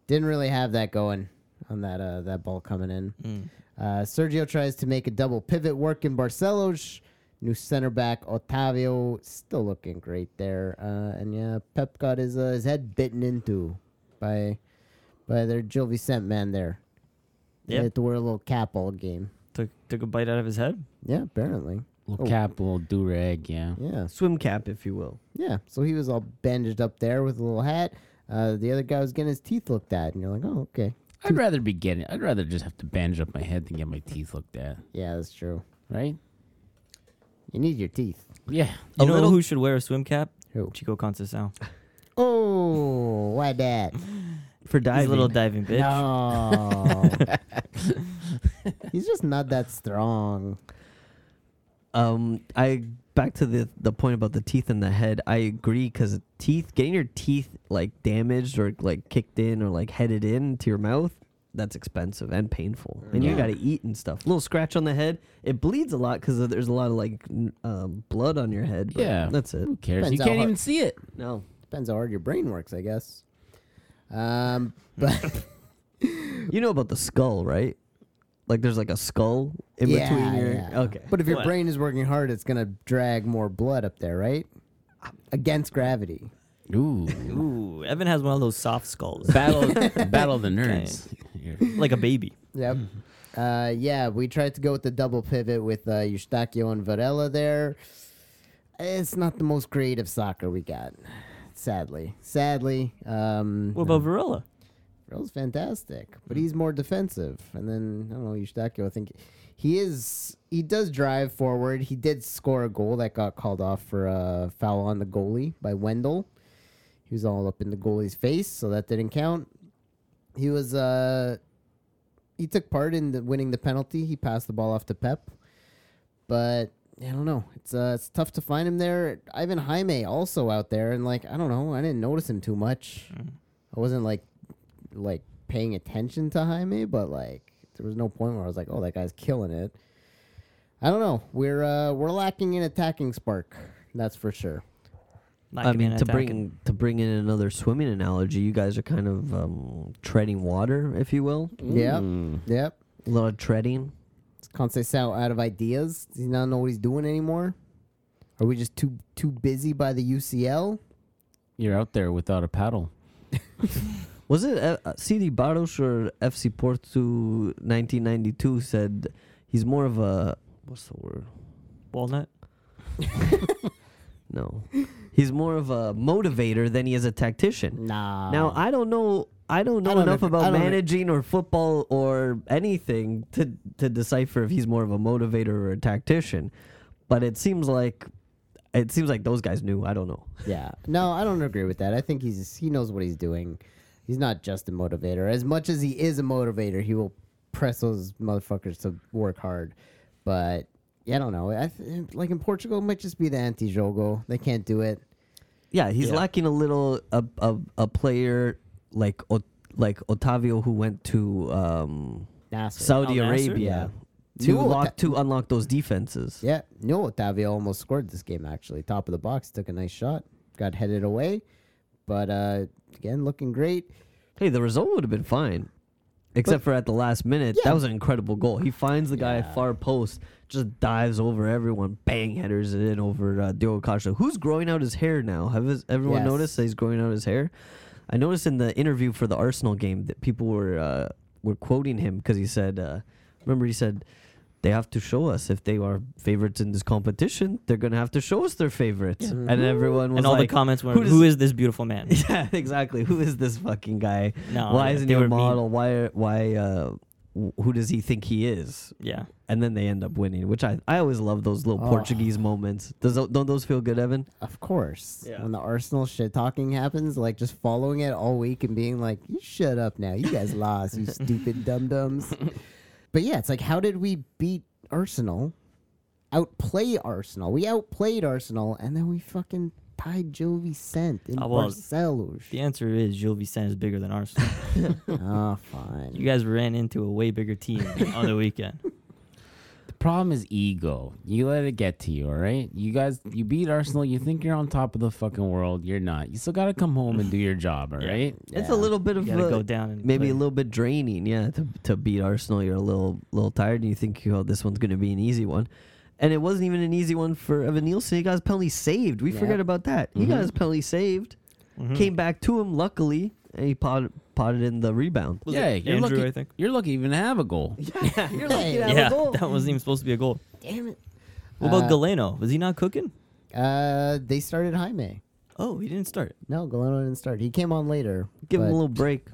Speaker 4: didn't really have that going on that uh, that ball coming in.
Speaker 3: hmm.
Speaker 4: Uh, Sergio tries to make a double pivot work in Barcelos. New center back Otavio still looking great there, uh, and yeah, Pep got his uh, his head bitten into by by their Gil Vicente man there. They
Speaker 1: Yep.
Speaker 4: had to wear a little cap all game.
Speaker 1: Took took a bite out of his head.
Speaker 4: Yeah, apparently.
Speaker 2: little cap, little do rag. Yeah.
Speaker 4: Yeah,
Speaker 3: Swim cap, if you will.
Speaker 4: Yeah, so he was all bandaged up there with a little hat. Uh, the other guy was getting his teeth looked at, and you're like, oh, okay.
Speaker 2: I'd rather be getting. I'd rather just have to bandage up my head than get my teeth looked at.
Speaker 4: Yeah, that's true.
Speaker 2: Right?
Speaker 4: You need your teeth.
Speaker 2: Yeah.
Speaker 1: You
Speaker 3: A
Speaker 1: know (laughs)
Speaker 3: little-
Speaker 1: who should wear a swim cap?
Speaker 4: Who?
Speaker 1: Chico
Speaker 3: (laughs)
Speaker 1: Concesao.
Speaker 4: Oh, (laughs) why that?
Speaker 3: For
Speaker 1: He's
Speaker 3: diving,
Speaker 1: a little diving bitch.
Speaker 4: No. (laughs) He's just not that strong.
Speaker 3: um, I back to the the point about the teeth and the head. I agree because teeth, getting your teeth like damaged or like kicked in or like headed in to your mouth, that's expensive and painful. And you
Speaker 4: Yeah.
Speaker 3: got to eat and stuff. Little scratch on the head, it bleeds a lot because there's a lot of like n- um, blood on your head. But
Speaker 2: Yeah.
Speaker 3: that's it.
Speaker 2: Who cares?
Speaker 4: Depends
Speaker 2: you
Speaker 4: how
Speaker 2: can't
Speaker 4: hard-
Speaker 2: even see it.
Speaker 3: No,
Speaker 4: Depends how hard your brain works, I guess. Um, but
Speaker 3: You know about the skull, right? Like there's like a skull (laughs) in
Speaker 4: yeah,
Speaker 3: between your
Speaker 4: yeah.
Speaker 3: okay.
Speaker 4: But if your
Speaker 1: What?
Speaker 4: brain is working hard, it's gonna drag more blood up there, right? Against gravity.
Speaker 2: Ooh.
Speaker 1: Ooh, Evan has one of those soft skulls, (laughs)
Speaker 2: (laughs) battle, battle the nerds. Here.
Speaker 1: like a baby.
Speaker 3: (laughs)
Speaker 4: Yep. Uh, yeah, we tried to go with the double pivot with uh, Eustachio and Varela there. It's not the most creative soccer we got, sadly. Sadly, um,
Speaker 1: What about Varela?
Speaker 4: Varela's fantastic, but he's more defensive. And then I don't know Eustachio. I think he is. He does drive forward. He did score a goal that got called off for a foul on the goalie by Wendell. He was all up in the goalie's face, so that didn't count. He was uh he took part in the winning the penalty. He passed the ball off to Pep, but I don't know. It's uh, it's tough to find him there. Ivan Jaime also out there, and like I don't know, I didn't notice him too much.
Speaker 3: Mm.
Speaker 4: I wasn't like like paying attention to Jaime, but like there was no point where I was like, oh, that guy's killing it. I don't know. We're uh, we're lacking an attacking spark. That's for sure.
Speaker 1: Not
Speaker 3: I
Speaker 1: gonna
Speaker 3: mean to
Speaker 1: attack him.
Speaker 3: bring to bring in another swimming analogy, you guys are kind of um, treading water, if you will.
Speaker 2: Mm.
Speaker 4: Yep. Yep.
Speaker 3: A lot of treading.
Speaker 4: It's Conceição out of ideas. Does he not know what he's doing anymore? Are we just too too busy by the UCL?
Speaker 2: You're out there without a paddle.
Speaker 3: Was it uh, uh, CD Barros or FC Porto 1992 said he's more of a what's the word?
Speaker 1: Walnut.
Speaker 3: No, he's more of a motivator than he is a tactician.
Speaker 4: Nah.
Speaker 3: Now I don't know. I don't know
Speaker 4: don't
Speaker 3: enough
Speaker 4: ag- I
Speaker 3: about
Speaker 4: don't ag-
Speaker 3: managing or football or anything to to decipher if he's more of a motivator or a tactician. But it seems like it seems like those guys knew. I don't know.
Speaker 4: Yeah. No, I don't agree with that. I think he's he knows what he's doing. He's not just a motivator. As much as he is a motivator, he will press those motherfuckers to work hard. But yeah, I don't know. I th- like in Portugal, it might just be the anti-jogo. They can't do it.
Speaker 3: Yeah, he's
Speaker 1: Yeah.
Speaker 3: lacking a little a a, a player like Ot- like Otavio who went to um,
Speaker 4: Nasser.
Speaker 3: Saudi
Speaker 1: Al Nassr?
Speaker 3: Arabia
Speaker 4: Yeah.
Speaker 3: to
Speaker 4: No,
Speaker 3: lock
Speaker 4: that-
Speaker 3: to unlock those defenses.
Speaker 4: yeah. No, Otavio almost scored this game. Actually, top of the box, took a nice shot, got headed away. But uh, again, looking great.
Speaker 3: Hey, the result would have been fine. Except for at the last minute,
Speaker 4: Yeah.
Speaker 3: that was an incredible goal. He finds the guy at far post, just dives over everyone, bang headers it in over uh, Diogo Costa, who's growing out his hair now. Have his, everyone
Speaker 4: Yes.
Speaker 3: noticed that he's growing out his hair? I noticed in the interview for the Arsenal game that people were uh, were quoting him because he said, uh, "Remember, he said they have to show us if they are favorites in this competition. They're gonna have to show us their favorites." And everyone was
Speaker 1: and all
Speaker 3: like,
Speaker 1: the comments were,
Speaker 3: "Who does
Speaker 1: "Who is this beautiful
Speaker 3: (laughs)
Speaker 1: man?"
Speaker 3: yeah, exactly. Who is this fucking guy?
Speaker 1: No,
Speaker 3: why
Speaker 1: yeah,
Speaker 3: isn't he
Speaker 1: Um, they
Speaker 3: a
Speaker 1: were mean.
Speaker 3: model? Why? are- Why? Uh, wh- who does he think he is?
Speaker 1: yeah.
Speaker 3: And then they end up winning, which I, I always love those little
Speaker 4: Oh.
Speaker 3: Portuguese moments. Does tho- don't those feel good, Evan?
Speaker 4: Of course.
Speaker 1: Yeah.
Speaker 4: When the Arsenal shit talking happens, like just following it all week and being like, you shut up now. You guys lost, you stupid dum dums. But yeah, it's like, how did we beat Arsenal? Outplay Arsenal. We outplayed Arsenal and then we fucking tied Jovi Sent in
Speaker 1: Oh, well,
Speaker 4: Barcelos.
Speaker 1: The answer is Gilles Vicente is bigger than Arsenal.
Speaker 4: (laughs) Ah, fine.
Speaker 1: (laughs) you guys ran into a way bigger
Speaker 3: (laughs)
Speaker 1: team on the weekend.
Speaker 2: The problem is ego. You let it get to you, all right? You guys, you beat Arsenal. You think you're on top of the fucking world. You're not. You still got to come home and do your job, all right?
Speaker 1: Yeah.
Speaker 3: It's a little bit
Speaker 1: You
Speaker 3: of
Speaker 1: gotta
Speaker 3: a,
Speaker 1: go down and
Speaker 3: maybe
Speaker 1: play.
Speaker 3: a little bit draining, yeah. To, to beat Arsenal, you're a little little tired, and you think, oh, this one's gonna be an easy one, and it wasn't even an easy one for Evan Nielsen. He got his penalty saved. We
Speaker 4: Yeah.
Speaker 3: forget about that. He
Speaker 1: Mm-hmm.
Speaker 3: got his penalty saved, came back to him luckily, and he potted, potted in the rebound.
Speaker 1: Was
Speaker 2: yeah,
Speaker 1: it
Speaker 2: you're
Speaker 1: Andrew,
Speaker 2: lucky.
Speaker 1: I think.
Speaker 2: You're lucky even to have a goal.
Speaker 3: You're
Speaker 4: lucky to have
Speaker 1: yeah, that wasn't even supposed to be a goal.
Speaker 4: Damn it.
Speaker 1: What about
Speaker 4: Uh,
Speaker 1: Galeno? Was he not cooking?
Speaker 4: Uh, they started Jaime.
Speaker 1: Oh, he didn't start.
Speaker 4: No, Galeno didn't start. He came on later.
Speaker 3: Give him a
Speaker 4: but
Speaker 3: little break.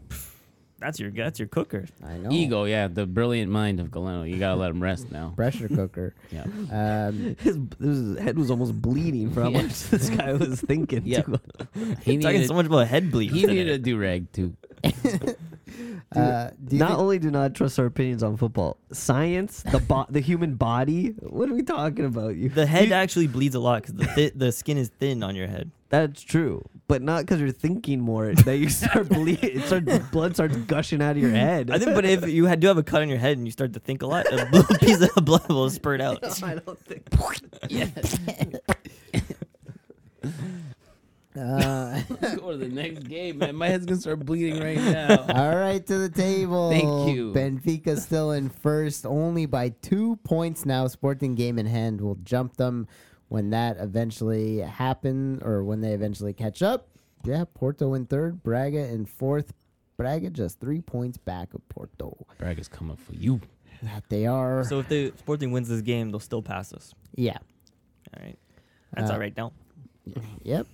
Speaker 1: That's your that's your cooker.
Speaker 4: I know.
Speaker 2: Ego, yeah. The brilliant mind of Galeno. You got to let him rest now.
Speaker 4: Pressure cooker.
Speaker 2: Yeah.
Speaker 1: (laughs)
Speaker 4: Um,
Speaker 3: His, his head was almost bleeding from how much this guy was thinking.
Speaker 2: Yeah.
Speaker 3: too.
Speaker 2: He
Speaker 1: Talking
Speaker 2: needed,
Speaker 1: so much about head bleed.
Speaker 2: he
Speaker 1: today.
Speaker 2: needed a do rag, too.
Speaker 4: uh, do you
Speaker 3: Not
Speaker 4: think-
Speaker 3: only do not trust our opinions on football, science, the bo- the human body. What are we talking about? You
Speaker 1: the head actually bleeds a lot because the thi- the skin is thin on your head.
Speaker 3: that's true, but not because you're thinking more. That you (laughs) start bleeding, it starts blood starts gushing out of your head. (laughs)
Speaker 1: I think, but if you had, do have a cut on your head and you start to think a lot, a little (laughs) piece of blood will spurt out.
Speaker 3: I don't think.
Speaker 4: Uh, (laughs)
Speaker 2: Let's (laughs) go to the next game, man. My head's going to start bleeding
Speaker 1: (laughs)
Speaker 2: right now.
Speaker 4: All right, to the table.
Speaker 2: Thank you.
Speaker 4: Benfica still in first, only by two points now. Sporting game in hand will jump them when that eventually happen or when they eventually catch up. Yeah, Porto in third, Braga in fourth. Braga just three points back of Porto.
Speaker 2: Bragg is coming for you.
Speaker 4: That they are.
Speaker 1: So if the Sporting wins this game, they'll still pass us.
Speaker 4: yeah.
Speaker 1: All right, that's
Speaker 4: Uh,
Speaker 1: all right now.
Speaker 4: Yep.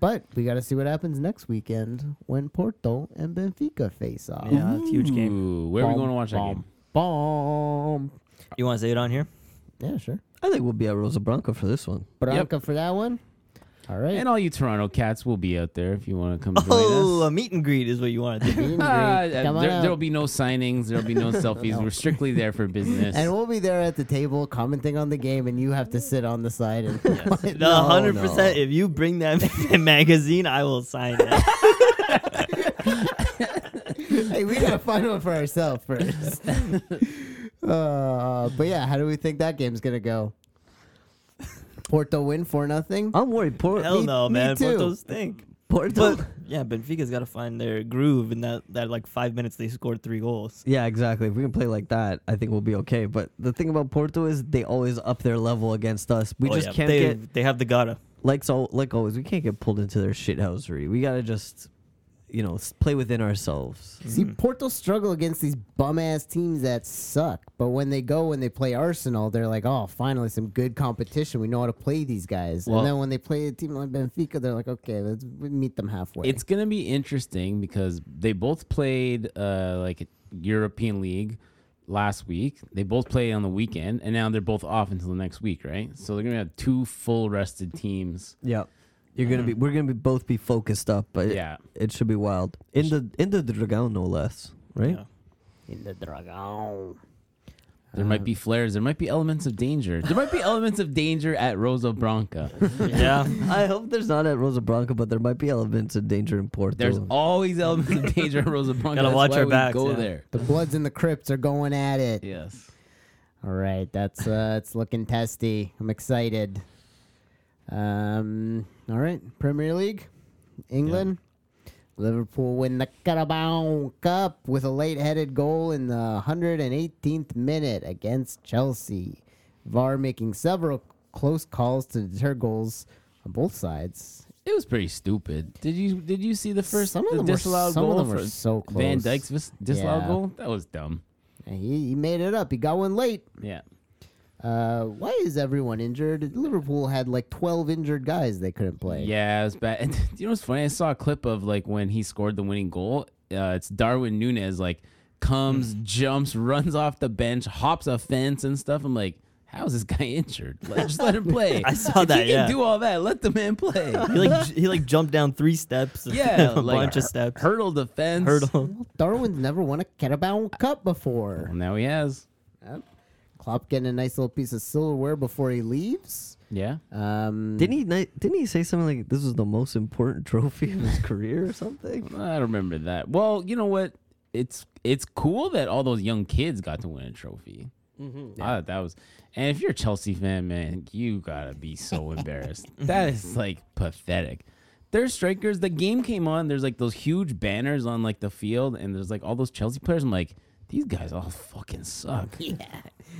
Speaker 4: But we got to see what happens next weekend when Porto and Benfica face off.
Speaker 1: Yeah, it's a huge game.
Speaker 2: Ooh, where are we
Speaker 4: Bomb,
Speaker 2: going to watch that game?
Speaker 4: Bomb.
Speaker 1: You want to say it on here?
Speaker 4: Yeah, sure.
Speaker 3: I think we'll be at Rosa Blanca for this one.
Speaker 4: Branca for that one. All right.
Speaker 2: And all you Toronto cats will be out there if you want to come join
Speaker 1: Oh,
Speaker 2: us.
Speaker 1: a meet and greet is what you want
Speaker 2: (laughs)
Speaker 1: to do.
Speaker 4: Meet and
Speaker 2: Ah,
Speaker 4: greet.
Speaker 2: uh,
Speaker 4: Come on
Speaker 2: there,
Speaker 4: out.
Speaker 2: there'll be no signings. There'll
Speaker 1: (laughs)
Speaker 2: be no selfies. We're strictly there for business.
Speaker 4: and we'll be there at the table commenting on the game, and you have to sit on the side. And (laughs)
Speaker 1: The hundred percent. If you bring that (laughs) magazine, I will sign it.
Speaker 4: hey, we gotta find one for ourselves first. (laughs) uh, but yeah, how do we think that game's gonna go? Porto win for nothing.
Speaker 3: I'm worried. Por-
Speaker 1: Hell
Speaker 4: Me-
Speaker 1: no,
Speaker 4: me
Speaker 1: man.
Speaker 4: too.
Speaker 1: Porto stink.
Speaker 3: Porto.
Speaker 1: But yeah, Benfica's got to find their groove in that that like five minutes they scored three goals.
Speaker 3: Yeah, exactly. If we can play like that, I think we'll be okay. But the thing about Porto is they always up their level against us. We
Speaker 1: Oh,
Speaker 3: just
Speaker 1: yeah,
Speaker 3: can't
Speaker 1: they,
Speaker 3: get
Speaker 1: They have the gotta.
Speaker 3: like so like always. We can't get pulled into their shithousery. We gotta just, you know, s- play within ourselves.
Speaker 4: See, Porto struggle against these bum ass teams that suck. But when they go and they play Arsenal, they're like, oh, finally some good competition. We know how to play these guys.
Speaker 2: Well-
Speaker 4: and then when they play a team like Benfica, they're like, okay, let's we meet them halfway.
Speaker 2: It's gonna be interesting because they both played uh, like European League last week. They both play on the weekend, and now they're both off until the next week, right? So they're gonna have two full rested teams.
Speaker 3: Yeah. You're gonna be. We're gonna be both be focused up,
Speaker 4: Uh,
Speaker 3: but yeah,
Speaker 2: Yeah.
Speaker 3: it, should be wild in the in the Dragão no less, right?
Speaker 1: Yeah.
Speaker 4: in the Dragão.
Speaker 2: There might be flares. There might be elements of danger. There
Speaker 4: (laughs)
Speaker 2: might be elements of danger at Rosa Branca.
Speaker 1: yeah,
Speaker 3: (laughs) I hope there's not at Rosa Branca, but there might be elements of danger in Porto.
Speaker 2: There's always elements of danger at Rosa
Speaker 4: (laughs)
Speaker 2: Branca.
Speaker 1: Gotta
Speaker 2: That's
Speaker 1: watch
Speaker 2: why
Speaker 1: our
Speaker 2: we
Speaker 1: backs,
Speaker 2: Go
Speaker 1: yeah.
Speaker 2: there.
Speaker 4: The Bloods and the Crips are going at it.
Speaker 2: Yes.
Speaker 4: All right, that's (laughs) uh, it's looking testy. I'm excited. Um, all right, Premier League, England. Liverpool win the Carabao Cup with a late-headed goal in the 118th minute against Chelsea. VAR making several close calls to deter goals on both sides.
Speaker 2: It was pretty stupid. Did you did you see the first
Speaker 4: Some of
Speaker 2: the
Speaker 4: them were-
Speaker 2: disallowed
Speaker 4: some of
Speaker 2: goal
Speaker 4: them were
Speaker 2: for
Speaker 4: so
Speaker 2: Van
Speaker 4: close.
Speaker 2: Dyke's vis- disallowed
Speaker 4: Yeah.
Speaker 2: goal? That was dumb.
Speaker 4: And he, he made it up. He got one late.
Speaker 2: Yeah.
Speaker 4: Uh, why is everyone injured? Liverpool had like 12 injured guys they couldn't play.
Speaker 2: Yeah, it was bad. And (laughs) you know what's funny? I saw a clip of like when he scored the winning goal. Uh, it's Darwin Nunez like comes,
Speaker 1: Hmm.
Speaker 2: jumps, runs off the bench, hops a fence and stuff. I'm like, how is this guy injured? Let, just let him play.
Speaker 1: (laughs) I saw
Speaker 2: If
Speaker 1: that,
Speaker 2: He can
Speaker 1: yeah.
Speaker 2: do all that. Let the
Speaker 1: (laughs)
Speaker 2: man play.
Speaker 1: he like j- he like jumped down three steps. (laughs)
Speaker 2: yeah,
Speaker 1: a
Speaker 2: like,
Speaker 1: bunch of
Speaker 2: hur-
Speaker 1: steps.
Speaker 2: Hurtle
Speaker 1: (laughs)
Speaker 2: defense.
Speaker 1: Hurdle.
Speaker 4: Darwin's never won a Carabao Cup before.
Speaker 2: Well, now he has.
Speaker 4: Yep. Klopp getting a nice little piece of silverware before he leaves.
Speaker 2: Yeah.
Speaker 4: Um,
Speaker 3: Didn't he? ni- Didn't he say something like this was the most important trophy of his career or something?
Speaker 2: I don't remember that. Well, you know what? It's it's cool that all those young kids got to win a trophy. I thought that was, and if you're a Chelsea fan, man, you gotta be (laughs) so embarrassed. that is like pathetic. There's strikers. The game came on. There's like those huge banners on like the field, and there's like all those Chelsea players. I'm like, these guys all fucking suck. (laughs) Yeah,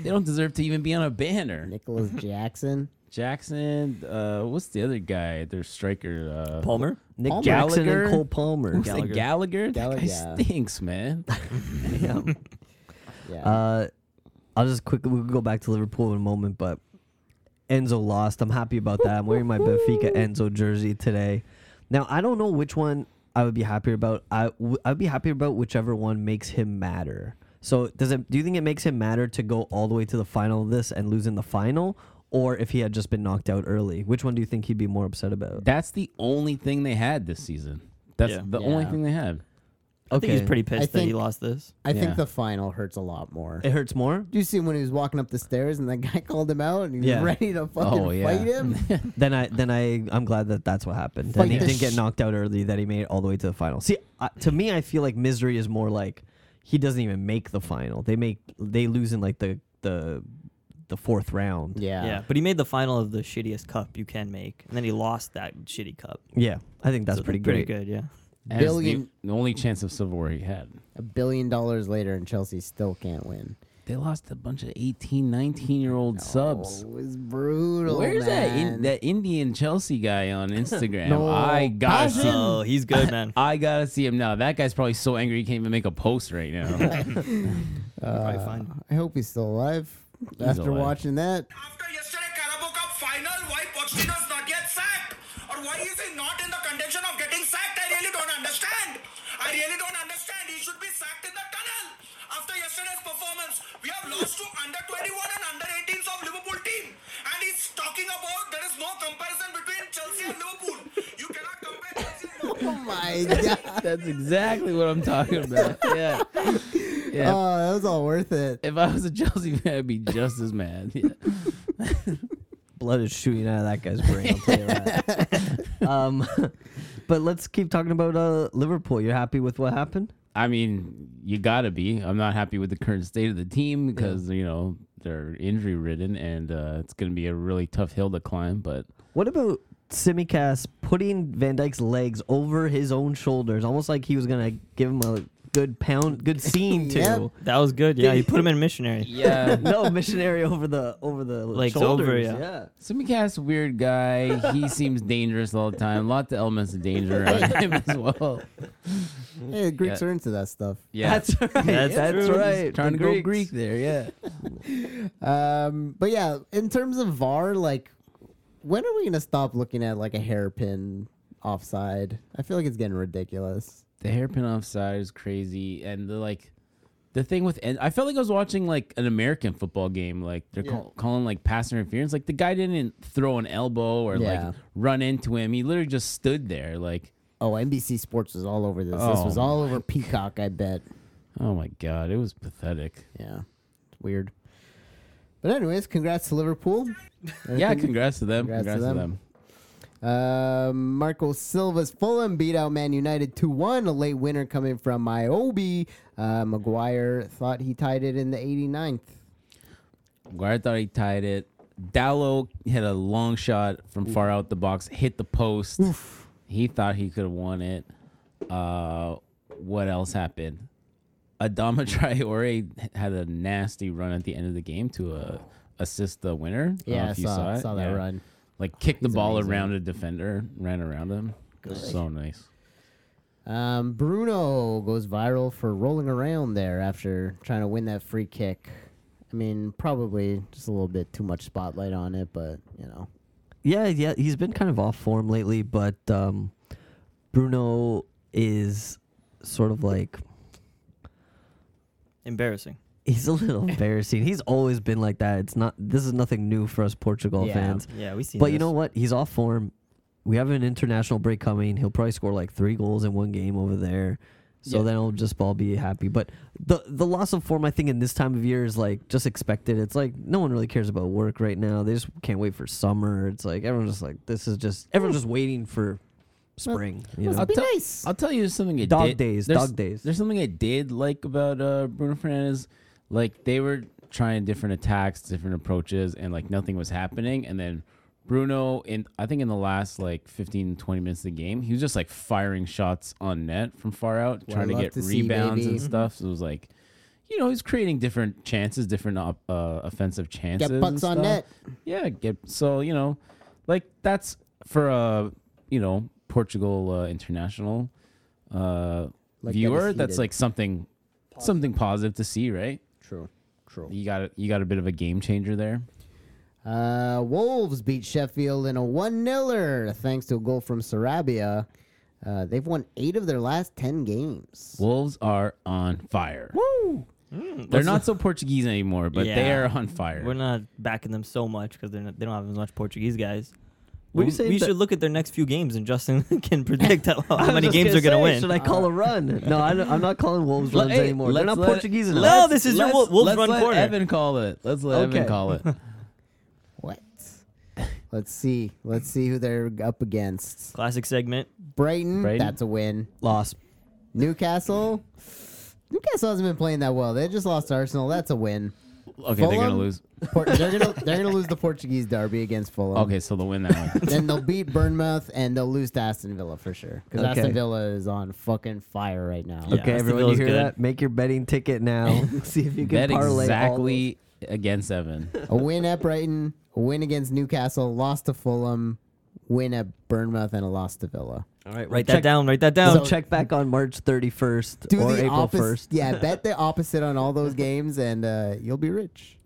Speaker 2: they don't deserve to even be on a banner. (laughs)
Speaker 4: Nicholas Jackson?
Speaker 2: Jackson, uh, what's the other guy? Their striker, uh,
Speaker 1: Palmer.
Speaker 3: Nick
Speaker 2: Palmer.
Speaker 3: Jackson
Speaker 2: Gallagher?
Speaker 3: and Cole Palmer.
Speaker 2: Is it Gallagher? That guy
Speaker 4: Gallagher.
Speaker 2: stinks, man.
Speaker 3: Yeah.
Speaker 4: Yeah.
Speaker 3: Uh, I'll just quickly we'll go back to Liverpool in a moment, but Enzo lost. I'm happy about that. I'm wearing my Benfica Enzo jersey today. Now I don't know which one I would be happier about. I w- I'd be happier about whichever one makes him matter. So does it? Do you think it makes him matter to go all the way to the final of this and lose in the final, or if he had just been knocked out early? Which one do you think he'd be more upset about?
Speaker 2: That's the only thing they had this season. That's
Speaker 1: Yeah.
Speaker 2: the only
Speaker 4: Yeah.
Speaker 2: thing they had.
Speaker 1: I think he's pretty pissed that he
Speaker 4: think-
Speaker 1: lost this.
Speaker 4: I
Speaker 2: yeah.
Speaker 4: think the final hurts a lot more.
Speaker 3: It hurts more.
Speaker 4: Did you see him when he was walking up the stairs and that guy (laughs) called him out and he was
Speaker 3: Yeah.
Speaker 4: ready to fucking
Speaker 2: Oh, yeah.
Speaker 4: fight
Speaker 2: (laughs)
Speaker 4: him?
Speaker 3: then I then I I'm glad that that's what happened. That
Speaker 4: Like
Speaker 3: he
Speaker 4: the
Speaker 3: didn't get
Speaker 4: sh-
Speaker 3: knocked out early. That he made it all the way to the final. See, I, to me, I feel like misery is more like he doesn't even make the final. They make they lose in like the the the fourth round.
Speaker 4: yeah.
Speaker 1: Yeah. but he made the final of the shittiest cup you can make, and then he lost that shitty cup.
Speaker 3: Yeah, I think that's
Speaker 1: So
Speaker 3: pretty,
Speaker 1: pretty
Speaker 3: great.
Speaker 1: good. Yeah.
Speaker 2: As the-
Speaker 4: Billion-
Speaker 2: The, only chance of silverware he had.
Speaker 4: A billion dollars later and Chelsea still can't win.
Speaker 2: They lost a bunch of 18, 19 year old subs.
Speaker 4: Oh, it was brutal.
Speaker 2: Where's that in,
Speaker 4: man.
Speaker 2: that Indian Chelsea guy
Speaker 4: (laughs)
Speaker 2: on Instagram?
Speaker 4: No,
Speaker 2: I gotta
Speaker 4: Pajan.
Speaker 2: see.
Speaker 1: (laughs) Oh, he's (laughs) good, man.
Speaker 2: I gotta see him now. That guy's probably so angry he can't even make a post right
Speaker 4: (laughs)
Speaker 2: now.
Speaker 1: Probably fine.
Speaker 4: I hope he's still alive after
Speaker 2: alive.
Speaker 4: watching that.
Speaker 5: After yesterday Carabao Cup final, why Pochettino is not yet sacked? Or why is he not in the contention of getting sacked? I really don't understand. I really don't understand. He should be sacked in the tunnel. After yesterday's performance, we have lost to under 21 and under 18s of Liverpool team. And he's talking about there is no comparison between Chelsea and Liverpool. You cannot compare Chelsea and Liverpool.
Speaker 4: Oh (laughs) my god.
Speaker 2: That's exactly what I'm talking
Speaker 4: (laughs)
Speaker 2: about. Yeah. Yeah.
Speaker 4: Oh, that was all worth it.
Speaker 2: if I was a Chelsea fan, I'd be just as mad. (laughs) Yeah.
Speaker 3: Blood is shooting out of that guy's brain. I'll tell you that. um, (laughs) but let's keep talking about uh, Liverpool. You're happy with what happened?
Speaker 2: I mean, you gotta be. I'm not happy with the current state of the team because you know they're injury ridden, and uh, it's gonna be a really tough hill to climb. But
Speaker 3: What about simicast putting Van Dyke's legs over his own shoulders, almost like he was gonna give him a good pound, good scene too.
Speaker 4: Yep.
Speaker 1: That was good. Yeah, you put him in
Speaker 3: (laughs)
Speaker 1: missionary.
Speaker 2: (laughs) Yeah.
Speaker 3: no missionary over the over (laughs) the
Speaker 1: Legs
Speaker 3: shoulders.
Speaker 1: over, yeah.
Speaker 2: Simicast weird guy. He seems dangerous all the time. Lots of elements of danger around him as well.
Speaker 4: Hey, the Greeks
Speaker 2: Yeah.
Speaker 4: are into that stuff.
Speaker 2: Yeah.
Speaker 3: That's right. That's,
Speaker 1: true.
Speaker 3: right.
Speaker 2: trying
Speaker 3: The
Speaker 2: to go Greek
Speaker 3: Greeks.
Speaker 2: there, yeah.
Speaker 4: (laughs) Um, but yeah, in terms of VAR, like, when are we gonna stop looking at like a hairpin offside? I feel like it's getting ridiculous.
Speaker 2: The hairpin offside is crazy, and the like, the thing with and I felt like I was watching like an American football game. Like they're call, calling like pass interference. Like the guy didn't throw an elbow or
Speaker 4: Yeah.
Speaker 2: like run into him. He literally just stood there. Like,
Speaker 4: Oh, NBC Sports was all over this. this
Speaker 2: Oh
Speaker 4: was all over Peacock, I bet.
Speaker 2: oh my god, it was pathetic.
Speaker 4: Yeah, it's weird. But anyways, congrats to Liverpool.
Speaker 2: yeah, congrats to them. Congrats,
Speaker 4: Congrats to
Speaker 2: to
Speaker 4: them.
Speaker 2: them.
Speaker 4: Um, Marco Silva's Fulham beat out Man United 2 1. A late winner coming from Iobi. Uh, Maguire thought he tied it in the 89th.
Speaker 2: Guard thought he tied it. Dallo had a long shot from far out the box, hit the post. He thought he could have won it. Uh, what else happened? Adama (laughs) Traore had a nasty run at the end of the game to uh, assist the winner. I don't know
Speaker 4: Yeah, I
Speaker 2: if you
Speaker 4: saw,
Speaker 2: it.
Speaker 4: saw that
Speaker 2: Yeah.
Speaker 4: run.
Speaker 2: Like kicked the ball
Speaker 4: amazing.
Speaker 2: around a defender, ran around him. So nice.
Speaker 4: Um, Bruno goes viral for rolling around there after trying to win that free kick. I mean, probably just a little bit too much spotlight on it, but you know.
Speaker 3: Yeah, yeah. He's been kind of off form lately, but um, Bruno is sort of like
Speaker 1: Embarrassing.
Speaker 3: he's a (laughs) little embarrassing. He's always been like that. It's not. This is nothing new for us Portugal
Speaker 4: Yeah.
Speaker 3: fans.
Speaker 1: Yeah, we see.
Speaker 3: But you know what? He's off form. We have an international break coming. He'll probably score like three goals in one game over there. So
Speaker 2: Yeah.
Speaker 3: then I'll just all be happy. But the the loss of form, I think, in this time of year is like just expected. It's like no one really cares about work right now. They just can't wait for summer. It's like everyone's just like this is just everyone's just waiting for spring. You know?
Speaker 4: Must be
Speaker 2: tell-
Speaker 4: nice.
Speaker 2: I'll tell you something. I
Speaker 3: Dog
Speaker 2: did-
Speaker 3: days,
Speaker 2: there's-
Speaker 3: dog days.
Speaker 2: There's something I did like about uh, Bruno Fernandez. Like they were trying different attacks, different approaches, and like nothing was happening. And then Bruno, in I think in the last like 15, 20 minutes of the game, he was just like firing shots on net from far out,
Speaker 4: What I
Speaker 2: trying to
Speaker 4: love
Speaker 2: get
Speaker 4: to see,
Speaker 2: rebounds
Speaker 4: baby.
Speaker 2: and stuff. So it was like, you know, he's creating different chances, different op- uh, offensive chances. and
Speaker 4: pucks on
Speaker 2: stuff.
Speaker 4: net.
Speaker 2: Yeah, get so you know, like that's for a you know Portugal uh, international uh,
Speaker 4: Like that
Speaker 2: viewer.
Speaker 4: is
Speaker 2: that's
Speaker 4: heated.
Speaker 2: like something something positive to see, right?
Speaker 4: True. True.
Speaker 2: You got a, you got a bit of a game changer there.
Speaker 4: Uh, Wolves beat Sheffield in a 1 0 thanks to a goal from Sarabia. Uh, they've won eight of their last 10 games.
Speaker 2: Wolves are on fire. Woo! They're not so Portuguese anymore, but they
Speaker 1: Yeah.
Speaker 2: are on fire.
Speaker 1: we're not backing them so much because they're not, they don't have as much Portuguese guys.
Speaker 3: Were you
Speaker 1: we
Speaker 3: saying
Speaker 1: we
Speaker 3: that-
Speaker 1: should look at their next few games, and Justin (laughs)
Speaker 3: (laughs)
Speaker 1: can predict how, how
Speaker 3: I was
Speaker 1: many
Speaker 3: just
Speaker 1: games
Speaker 3: gonna
Speaker 1: they're gonna
Speaker 3: say,
Speaker 1: win.
Speaker 3: Should I call a (laughs) run? No, I don't- I'm not calling Wolves runs
Speaker 2: Hey,
Speaker 3: anymore. They're
Speaker 2: let's
Speaker 3: not
Speaker 2: let-
Speaker 3: Portuguese enough.
Speaker 1: No, this is your
Speaker 2: let's-
Speaker 1: Wol- Wolves
Speaker 2: let's
Speaker 1: run
Speaker 2: let
Speaker 1: corner.
Speaker 2: Evan call it. Let's let
Speaker 1: (laughs)
Speaker 3: Okay.
Speaker 2: Evan call it.
Speaker 4: What? Let's see. Let's see who they're up against.
Speaker 1: Classic segment.
Speaker 4: Brighton,
Speaker 2: Brighton?
Speaker 4: that's a win.
Speaker 3: Lost.
Speaker 4: Newcastle, Newcastle hasn't been playing that well. They just lost to Arsenal. That's a win.
Speaker 2: Okay, they're
Speaker 4: Fulham?
Speaker 2: gonna lose.
Speaker 4: Por- they're gonna they're gonna lose the Portuguese derby against Fulham.
Speaker 2: Okay, so they'll win that one.
Speaker 4: Then they'll beat Bournemouth and they'll lose to Aston Villa for sure. Because
Speaker 3: Okay.
Speaker 4: Aston Villa is on fucking fire right now.
Speaker 1: Yeah,
Speaker 3: Okay,
Speaker 1: Aston
Speaker 3: everyone, you
Speaker 1: Villa's
Speaker 3: hear
Speaker 1: good.
Speaker 3: that? Make your betting ticket now. (laughs) See if you can
Speaker 2: Bet
Speaker 3: parlay all those.
Speaker 2: exactly against Evan.
Speaker 4: A win at Brighton, a win against Newcastle, loss to Fulham, win at Bournemouth, and a loss to Villa.
Speaker 3: All right,
Speaker 1: Write that down. Write that
Speaker 3: We'll
Speaker 1: down.
Speaker 3: check back on March 31st
Speaker 4: Do
Speaker 3: or
Speaker 4: the
Speaker 3: April
Speaker 4: opposite.
Speaker 3: 1st.
Speaker 4: yeah, bet the opposite on all those games, and uh, you'll be rich.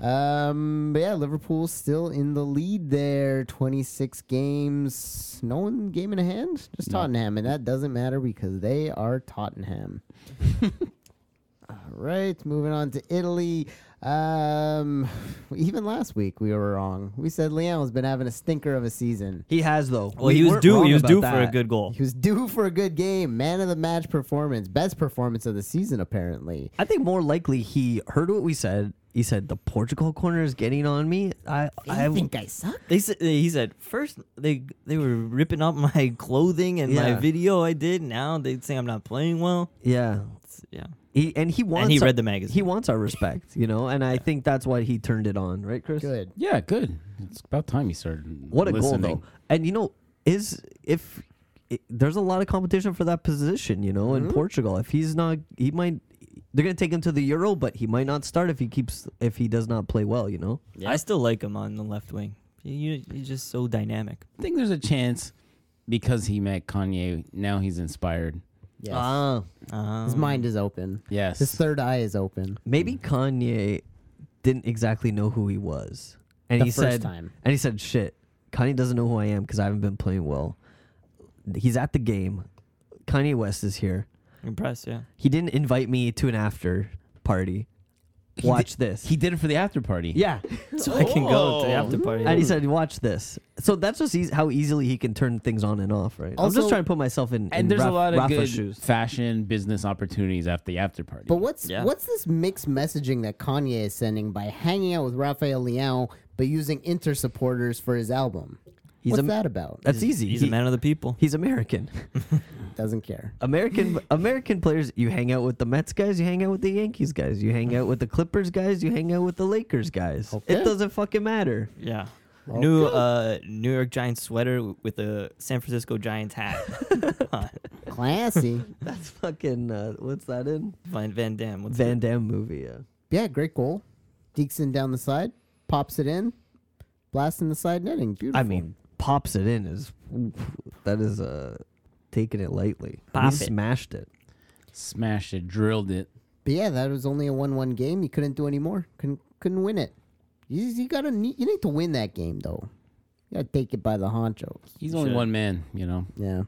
Speaker 4: Um, but yeah, Liverpool's still in the lead there. Twenty six games, no one game in hand. Just Tottenham, and that doesn't matter because they are Tottenham. (laughs) all right, moving on to Italy. Um, even last week we were wrong. We said Leon has been having a stinker of a season.
Speaker 3: He has though.
Speaker 1: Well,
Speaker 3: We
Speaker 1: he was
Speaker 3: weren't
Speaker 1: due.
Speaker 3: wrong
Speaker 1: He was
Speaker 3: about
Speaker 1: due for a
Speaker 3: that.
Speaker 1: good goal.
Speaker 4: He was (laughs) due for a good game, man of the match performance, best performance of the season apparently.
Speaker 3: I think more likely he heard what we said. He said the Portugal corner is getting on me. I I
Speaker 4: I think I suck.
Speaker 1: They said he said first they they were ripping up my (laughs) clothing and my
Speaker 3: Yeah.
Speaker 1: video I did. Now they say I'm not playing well.
Speaker 3: yeah.
Speaker 1: It's- yeah,
Speaker 3: He and he wants
Speaker 1: he
Speaker 3: our-
Speaker 1: read the magazine.
Speaker 3: He wants our respect, you know, and I think that's why he turned it on, right, Chris?
Speaker 4: Good.
Speaker 2: Yeah, good. It's about time you started.
Speaker 3: What a
Speaker 2: listening.
Speaker 3: goal though. And you know, is if i there's a lot of competition for that position, you know,
Speaker 2: Mm-hmm.
Speaker 3: in Portugal. If he's not he might they're going to take him to the Euro, but he might not start if he keeps if he does not play well, you know.
Speaker 1: I still like him on the left wing. You he's just so dynamic.
Speaker 2: I think there's a chance because he met Kanye. Now he's inspired.
Speaker 4: Yes.
Speaker 3: Ah,
Speaker 1: Um,
Speaker 4: His mind is open.
Speaker 2: Yes.
Speaker 4: His third eye is open.
Speaker 3: maybe
Speaker 2: Mm-hmm.
Speaker 3: Kanye didn't exactly know who he was. And
Speaker 4: The
Speaker 3: he
Speaker 4: first
Speaker 3: said
Speaker 4: time.
Speaker 3: and he said, "Shit, Kanye doesn't know who I am because I haven't been playing well. He's at the game. Kanye West is here.
Speaker 1: impressed. Yeah,
Speaker 3: He didn't invite me to an after party.
Speaker 2: He
Speaker 3: Watch
Speaker 2: did-
Speaker 3: this.
Speaker 2: He did it for the after party.
Speaker 3: yeah,
Speaker 1: (laughs) so I can go to the after party.
Speaker 3: and he said, "Watch this." So that's just eas how easily he can turn things on and off, right? I'm just
Speaker 4: Also-
Speaker 3: trying to put myself in. in
Speaker 2: And there's
Speaker 3: Raf-
Speaker 2: a lot of
Speaker 3: Rafa's
Speaker 2: good
Speaker 3: shoes.
Speaker 2: fashion business opportunities after the after party.
Speaker 4: But what's
Speaker 1: Yeah.
Speaker 4: what's this mixed messaging that Kanye is sending by hanging out with Rafael Leão but using Inter supporters for his album?
Speaker 3: He's
Speaker 4: what's
Speaker 3: a-
Speaker 4: that about?
Speaker 3: That's easy.
Speaker 1: he's
Speaker 3: He-
Speaker 1: a man of the people.
Speaker 3: He's American.
Speaker 4: Doesn't care.
Speaker 3: American American players, you hang out with the Mets guys, you hang out with the Yankees guys, you hang out with the Clippers guys, you hang out with the Lakers guys. It
Speaker 4: Okay.
Speaker 3: doesn't fucking matter.
Speaker 1: Yeah. New uh, New York Giants sweater w- with a San Francisco Giants (laughs) hat. on.
Speaker 3: (laughs)
Speaker 4: Classy.
Speaker 3: That's fucking uh, what's that in?
Speaker 1: Van Van Dam. What's
Speaker 3: Van Damme movie. Yeah.
Speaker 4: yeah, great goal. Deekson down the side, pops it in, blasting the side netting. Beautiful.
Speaker 3: I mean, pops it in is that is uh taking it lightly.
Speaker 1: Pop
Speaker 3: he
Speaker 1: it.
Speaker 3: smashed it.
Speaker 2: Smashed it, drilled it.
Speaker 4: but yeah, that was only a one-one game. You couldn't do any more. Couldn't couldn't win it. You, you gotta need, you need to win that game though. You gotta take it by the honchos.
Speaker 2: He's only
Speaker 1: Sure.
Speaker 2: one man, you know.
Speaker 4: Yeah.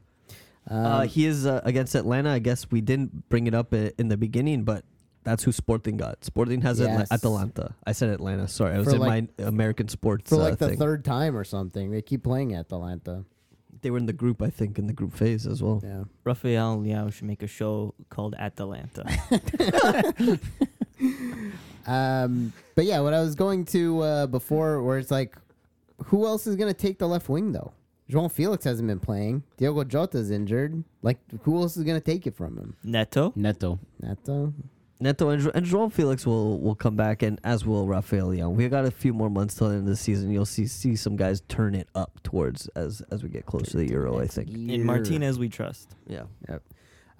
Speaker 4: Um,
Speaker 3: uh, he is uh, against Atlanta. I guess we didn't bring it up i- in the beginning, but that's who Sporting got. Sporting has Atla-
Speaker 4: Yes.
Speaker 3: Atalanta. I said Atlanta. Sorry, I was
Speaker 4: For
Speaker 3: in
Speaker 4: like-
Speaker 3: my American sports
Speaker 4: for
Speaker 3: uh,
Speaker 4: like the
Speaker 3: thing.
Speaker 4: third time or something. They keep playing Atalanta.
Speaker 3: They were in the group, I think, in the group phase as well.
Speaker 4: Yeah.
Speaker 1: Rafael Liao should make a show called Atalanta. (laughs)
Speaker 4: Um, but yeah, what I was going to uh, before, where it's like, who else is going to take the left wing though? João Felix hasn't been playing. Diogo Jota's injured. Like, who else is going to take it from him?
Speaker 1: Neto.
Speaker 2: Neto.
Speaker 4: Neto.
Speaker 3: Neto and, Jo- and João Felix will will come back, and as will Rafael Leon. We got a few more months till the end of the season. You'll see see some guys turn it up towards as as we get close to the Euro. I think.
Speaker 1: In Martinez, we trust.
Speaker 3: Yeah.
Speaker 4: Yep.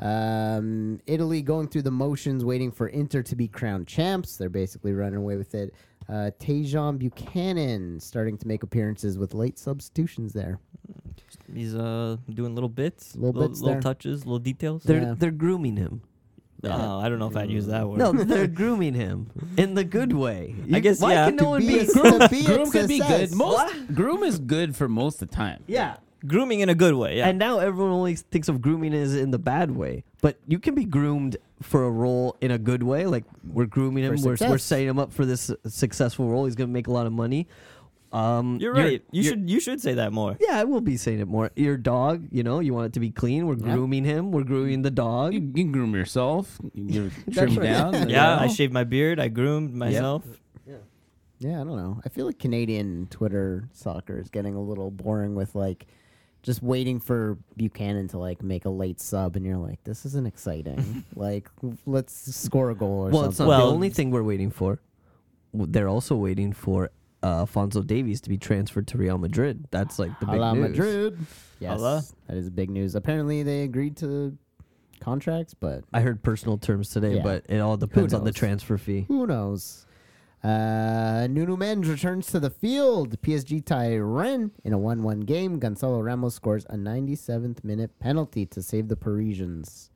Speaker 4: Um, Italy going through the motions, waiting for Inter to be crowned champs. They're basically running away with it. Uh, Tejan Buchanan starting to make appearances with late substitutions there.
Speaker 1: He's uh doing little bits,
Speaker 4: Little bits
Speaker 1: little
Speaker 4: there.
Speaker 1: touches, little details.
Speaker 3: They're
Speaker 4: Yeah.
Speaker 3: they're grooming him.
Speaker 1: Oh, I don't know if I'd use that word.
Speaker 3: No, they're (laughs) grooming him in the good way. You-
Speaker 1: guess,
Speaker 3: why
Speaker 1: yeah.
Speaker 3: can no
Speaker 1: To
Speaker 3: one
Speaker 4: be
Speaker 3: be
Speaker 4: a
Speaker 3: a
Speaker 4: groom-
Speaker 3: groom?
Speaker 4: be
Speaker 2: groom could be
Speaker 4: success.
Speaker 2: good. Most groom is good for most of the time.
Speaker 3: Yeah.
Speaker 1: grooming in a good way. Yeah,
Speaker 3: And now everyone only thinks of grooming as in the bad way, but you can be groomed for a role in a good way. Like we're grooming him,
Speaker 4: For
Speaker 3: we're, we're
Speaker 4: success.
Speaker 3: setting him up for this successful role. He's going to make a lot of money. Um,
Speaker 1: you're
Speaker 3: your-
Speaker 1: right. you
Speaker 3: your-
Speaker 1: should you should say that more.
Speaker 3: Yeah, I will be saying it more. Your dog, you know, you want it to be clean. We're grooming him. We're grooming the dog.
Speaker 2: You, you can groom yourself. You can trim
Speaker 3: right.
Speaker 2: down. you
Speaker 1: Yeah,
Speaker 2: know?
Speaker 1: I shaved my beard. I groomed myself.
Speaker 4: Yeah, I don't know. I feel like Canadian Twitter soccer is getting a little boring with like just waiting for Buchanan to like make a late sub, and you're like, this isn't exciting. like, let's score a goal or
Speaker 3: well, it's
Speaker 4: something.
Speaker 3: not
Speaker 1: Well-
Speaker 3: the only thing we're waiting for. W- They're also waiting for uh, Alfonso Davies to be transferred to Real Madrid. That's like the big
Speaker 4: Hala
Speaker 3: news.
Speaker 4: Madrid. Yes,
Speaker 1: Hala.
Speaker 4: that is big news. Apparently, they agreed to contracts, but
Speaker 3: I heard personal terms today,
Speaker 4: Yeah.
Speaker 3: but it all depends on the
Speaker 4: knows?
Speaker 3: transfer fee.
Speaker 4: who knows? Uh, Nunu Menj returns to the field. PSG tie Rennes in a 1 1 game. Gonzalo Ramos scores a 97th minute penalty to save the Parisians.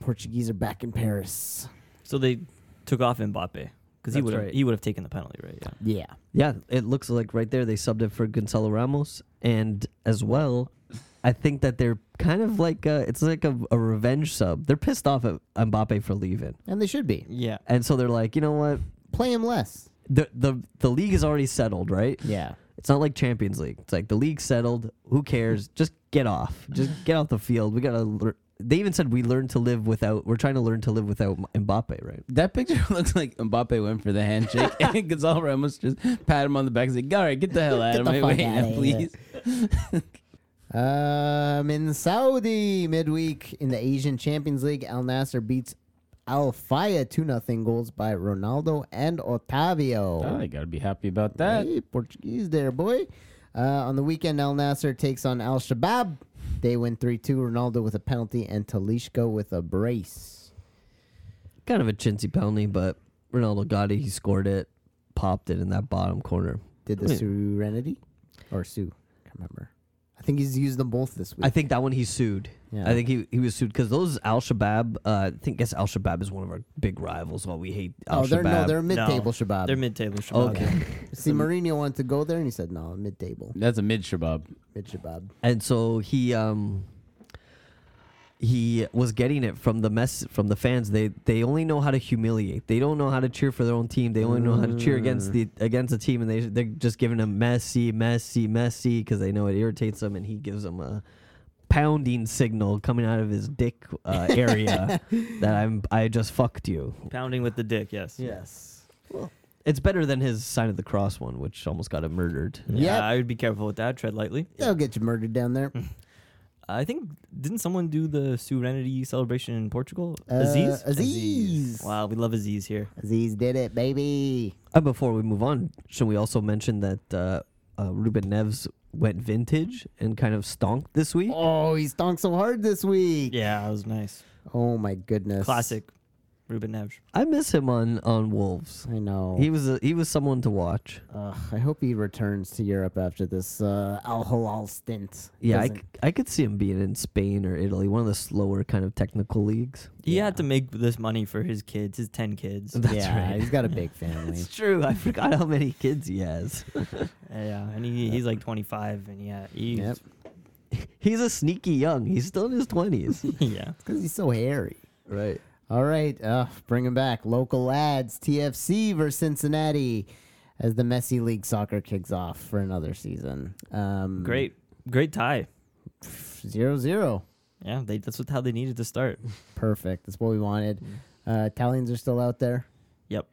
Speaker 4: Portuguese are back in Paris.
Speaker 1: So they took off Mbappe because he
Speaker 3: That's
Speaker 1: would have
Speaker 3: right.
Speaker 1: he would have taken the penalty, right? Yeah.
Speaker 3: Yeah,
Speaker 4: Yeah.
Speaker 3: it looks like right there they subbed it for Gonzalo Ramos, and as well, I think that they're kind of like uh it's like a, a revenge sub. They're pissed off at Mbappe for leaving,
Speaker 4: And they should be.
Speaker 1: Yeah.
Speaker 3: and so they're like, you know what,
Speaker 4: Play him less.
Speaker 3: the the the league is already settled, right?
Speaker 4: Yeah.
Speaker 3: It's not like Champions League. It's like the league settled. Who cares? Just get off. Just get off the field. We gotta lear- They even said we learn to live without. We're trying to learn to live without M- Mbappe, right?
Speaker 2: That picture (laughs) looks like Mbappe went for the (laughs) handshake, and Gonzalo Ramos just pat him on the back and said, "All right, get the hell out
Speaker 4: Get
Speaker 2: of
Speaker 4: the
Speaker 2: my
Speaker 4: fuck
Speaker 2: way,
Speaker 4: outta
Speaker 2: now,
Speaker 4: here."
Speaker 2: please."
Speaker 4: Um, in Saudi midweek in the Asian Champions League, Al Nasser beats Al Faya 2 0 goals by Ronaldo and Otavio.
Speaker 2: Oh, you gotta be happy about that.
Speaker 4: Hey, Portuguese there, boy. Uh, on the weekend, Al Nasser takes on Al Shabab. They win 3 2. Ronaldo with a penalty and Talishko with a brace.
Speaker 3: Kind of a chintzy penalty, but Ronaldo got it. He scored it, popped it in that bottom corner.
Speaker 4: Did the Serenity or Sue? I can't remember. I think he's used them both this week.
Speaker 3: I think that one he sued.
Speaker 4: Yeah.
Speaker 3: I think he, he was sued because those Al Shabaab. Uh, I think guess Al Shabaab is one of our big rivals. While we hate Al
Speaker 4: oh, they're no,
Speaker 3: Shabaab.
Speaker 4: they're mid table
Speaker 1: No,
Speaker 4: Shabab.
Speaker 1: They're mid table Shabab.
Speaker 3: okay.
Speaker 4: See, Mourinho wanted to go there, and he said no, mid table,
Speaker 2: That's a mid shabab.
Speaker 4: mid Shabab.
Speaker 3: and so he um he was getting it from the mess from the fans they they only know how to humiliate they don't know how to cheer for their own team they only know how to cheer against the against the team and they they're just giving him messy messy messy because they know it irritates them and he gives them a pounding signal coming out of his dick uh, area that i'm i just fucked you
Speaker 1: Pounding with the dick, yes.
Speaker 4: Yes.
Speaker 3: it's better than his sign of the cross one which almost got him murdered
Speaker 1: Yeah,
Speaker 4: Yep.
Speaker 1: I would be careful with that. Tread lightly.
Speaker 4: They'll get you murdered down there.
Speaker 1: I think didn't someone do the Serenity celebration in Portugal? Aziz.
Speaker 4: Uh, Aziz.
Speaker 1: Wow, we love Aziz here.
Speaker 4: Aziz did it, baby.
Speaker 3: Uh, before we move on, should we also mention that uh, uh, Ruben Neves went vintage and kind of stonked this week?
Speaker 4: Oh, he stunk so hard this week.
Speaker 1: Yeah, that was nice.
Speaker 4: Oh my goodness.
Speaker 1: Classic. Ruben Neves.
Speaker 3: I miss him on on Wolves.
Speaker 4: I know.
Speaker 3: He was a, he was someone to watch.
Speaker 4: Ugh, I hope he returns to Europe after this uh, Al Hilal stint.
Speaker 3: Yeah, I,
Speaker 4: Doesn't-
Speaker 3: c- (laughs) I could see him being in Spain or Italy, one of the slower kind of technical leagues.
Speaker 1: He had to make this money for his kids, his ten kids. Uh,
Speaker 3: That's
Speaker 4: yeah,
Speaker 3: right.
Speaker 4: he's got a big family.
Speaker 3: It's true. I forgot how many kids he has.
Speaker 1: yeah, and he, he's like 25, and yeah, he's,
Speaker 4: Yep.
Speaker 3: (laughs) He's a sneaky young. He's still in his twenties.
Speaker 1: (laughs) yeah.
Speaker 4: Because he's so hairy.
Speaker 3: (laughs) right.
Speaker 4: All right, uh, bring him back. Local lads, TFC versus Cincinnati as the Messi League soccer kicks off for another season. Um,
Speaker 1: Great, great tie.
Speaker 4: Zero zero.
Speaker 1: Yeah, they, that's what, how they needed to start.
Speaker 4: Perfect. That's what we wanted. Uh, Italians are still out there.
Speaker 1: Mm. Yep,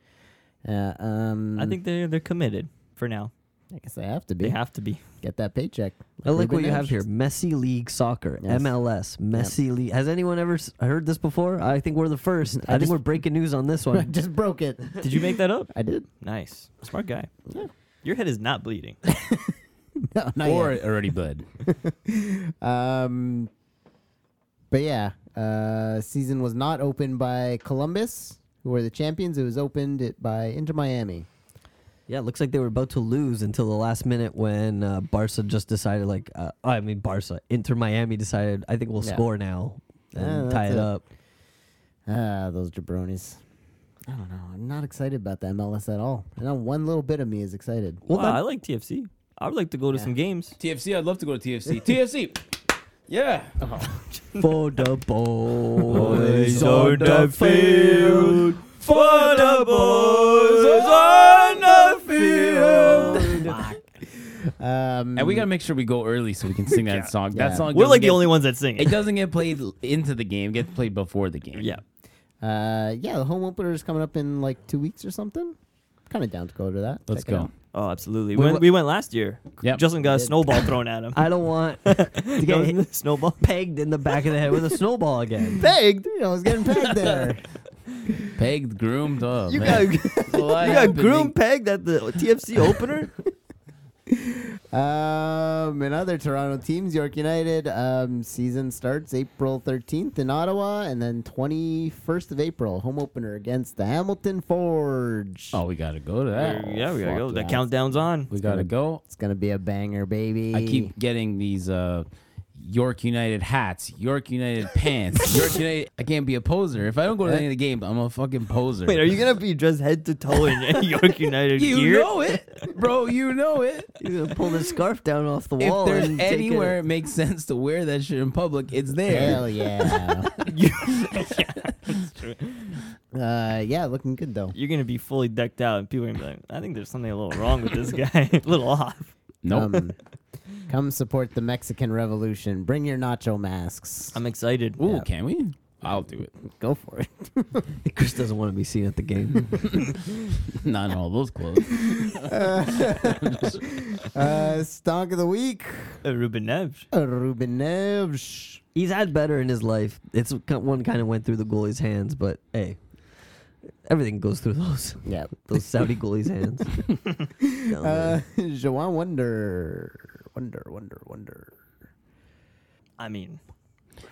Speaker 4: Uh, um,
Speaker 1: I think they're they're committed for now.
Speaker 4: I guess they have to be.
Speaker 1: They have to be.
Speaker 4: Get that paycheck.
Speaker 3: I like
Speaker 4: Ruben
Speaker 3: what you have
Speaker 1: (laughs)
Speaker 4: Neves.
Speaker 3: here. Messi League Soccer,
Speaker 4: Yes.
Speaker 3: MLS, Messi League. Has anyone ever s- heard this before? I think we're the
Speaker 4: (laughs)
Speaker 3: first. I, think
Speaker 4: just-
Speaker 3: we're breaking news on this
Speaker 4: I
Speaker 3: one.
Speaker 4: (laughs) just broke it.
Speaker 1: Did you make that up?
Speaker 4: I did.
Speaker 1: Nice, smart guy. Your head is not bleeding.
Speaker 4: No, not
Speaker 2: or
Speaker 4: yet.
Speaker 2: it already (laughs) bled.
Speaker 4: Um, but yeah, uh, season was not opened by Columbus, who were the champions. It was opened it by Inter Miami.
Speaker 3: (laughs) yeah, it looks like they were about to lose until the last minute when uh, Barca just decided, like, uh, I mean, Barca, Inter Miami decided, I think we'll
Speaker 4: Yeah.
Speaker 3: score now and
Speaker 4: Yeah,
Speaker 3: tie it,
Speaker 4: that's it. (laughs)
Speaker 3: up.
Speaker 4: Ah, those jabronis. I don't know. I'm not excited about the MLS at all. Not one little bit of me is excited.
Speaker 1: wow, I like TFC. I would like to go to some games.
Speaker 2: TFC, I'd love to go to (laughs) TFC. TFC, yeah. Oh.
Speaker 3: For the boys
Speaker 1: on the
Speaker 3: field.
Speaker 2: For the boys on the field.
Speaker 4: Um,
Speaker 2: And we gotta make sure we go early so we can sing that song. That
Speaker 4: Yeah.
Speaker 2: song.
Speaker 1: We're
Speaker 2: doesn't
Speaker 1: like the
Speaker 2: get-
Speaker 1: only ones that sing.
Speaker 2: (laughs) It
Speaker 1: It.
Speaker 2: doesn't get played l- into the game. It gets played before the game.
Speaker 1: (laughs) Yeah,
Speaker 4: uh, yeah, the home opener is coming up in like two weeks or something. Kind of down to go to that.
Speaker 2: Let's
Speaker 4: Check it
Speaker 2: go.
Speaker 4: out.
Speaker 1: Oh, absolutely.
Speaker 3: We
Speaker 1: We,
Speaker 3: wa-
Speaker 1: went, we went last year.
Speaker 2: Yep.
Speaker 1: Justin got a snowball thrown at him.
Speaker 3: I don't
Speaker 4: (laughs)
Speaker 3: want to
Speaker 1: That
Speaker 3: get
Speaker 1: was
Speaker 3: hit-
Speaker 1: the (laughs) snowball.
Speaker 3: (laughs) pegged in the back of the head with a snowball again.
Speaker 4: Pegged. I was getting
Speaker 2: (laughs)
Speaker 4: pegged there.
Speaker 2: Pegged, groomed. Oh,
Speaker 1: You got, (laughs)
Speaker 2: man.
Speaker 1: you
Speaker 2: (laughs) What
Speaker 1: got
Speaker 2: happened?
Speaker 1: groom pegged at the (laughs) TFC opener.
Speaker 4: Um, and other Toronto teams, York United. Um, season starts April 13th in Ottawa, and then 21st of April, home opener against the Hamilton Forge.
Speaker 2: Oh, we gotta go to that.
Speaker 1: yeah, we gotta
Speaker 2: Fuck
Speaker 1: go. The
Speaker 2: yeah.
Speaker 1: countdown's on.
Speaker 2: We gotta go.
Speaker 4: It's gonna be a banger, baby.
Speaker 2: I keep getting these uh, York United hats, York United (laughs) pants, York United. I can't be a poser. If I don't go to any of the games, I'm a fucking poser.
Speaker 1: Wait, are you gonna be dressed head to toe (laughs) in York United
Speaker 2: You
Speaker 1: gear?
Speaker 2: know it, bro. You know it.
Speaker 3: He's going to pull the scarf down off the
Speaker 2: (laughs) If
Speaker 3: wall.
Speaker 2: there's
Speaker 3: and take it- (laughs)
Speaker 2: anywhere it makes sense to wear that shit in public, it's there. (laughs)
Speaker 4: Hell yeah. Uh, yeah, looking good though.
Speaker 1: You're gonna be fully decked (laughs) out, and people are gonna be like, "I think there's something a little wrong with this guy, a little off."
Speaker 2: Nope.
Speaker 4: Um, Come support the Mexican Revolution. Bring your nacho masks.
Speaker 1: I'm excited.
Speaker 2: Ooh,
Speaker 4: Yeah.
Speaker 2: can we? I'll do it. (laughs)
Speaker 4: Go for it.
Speaker 3: (laughs) Chris doesn't want to be seen at the game.
Speaker 2: Not in all those clothes.
Speaker 4: Uh, Stonk of the week,
Speaker 1: Uh, Ruben Neves.
Speaker 4: Ruben Neves.
Speaker 3: He's had better in his life. It's one kind of went through the goalie's hands, but hey, everything goes through those
Speaker 4: Yeah.
Speaker 3: (laughs) those Saudi goalies'
Speaker 2: (laughs)
Speaker 3: hands. No,
Speaker 4: Uh, Joan Wonder. Wonder, wonder, wonder.
Speaker 1: I mean,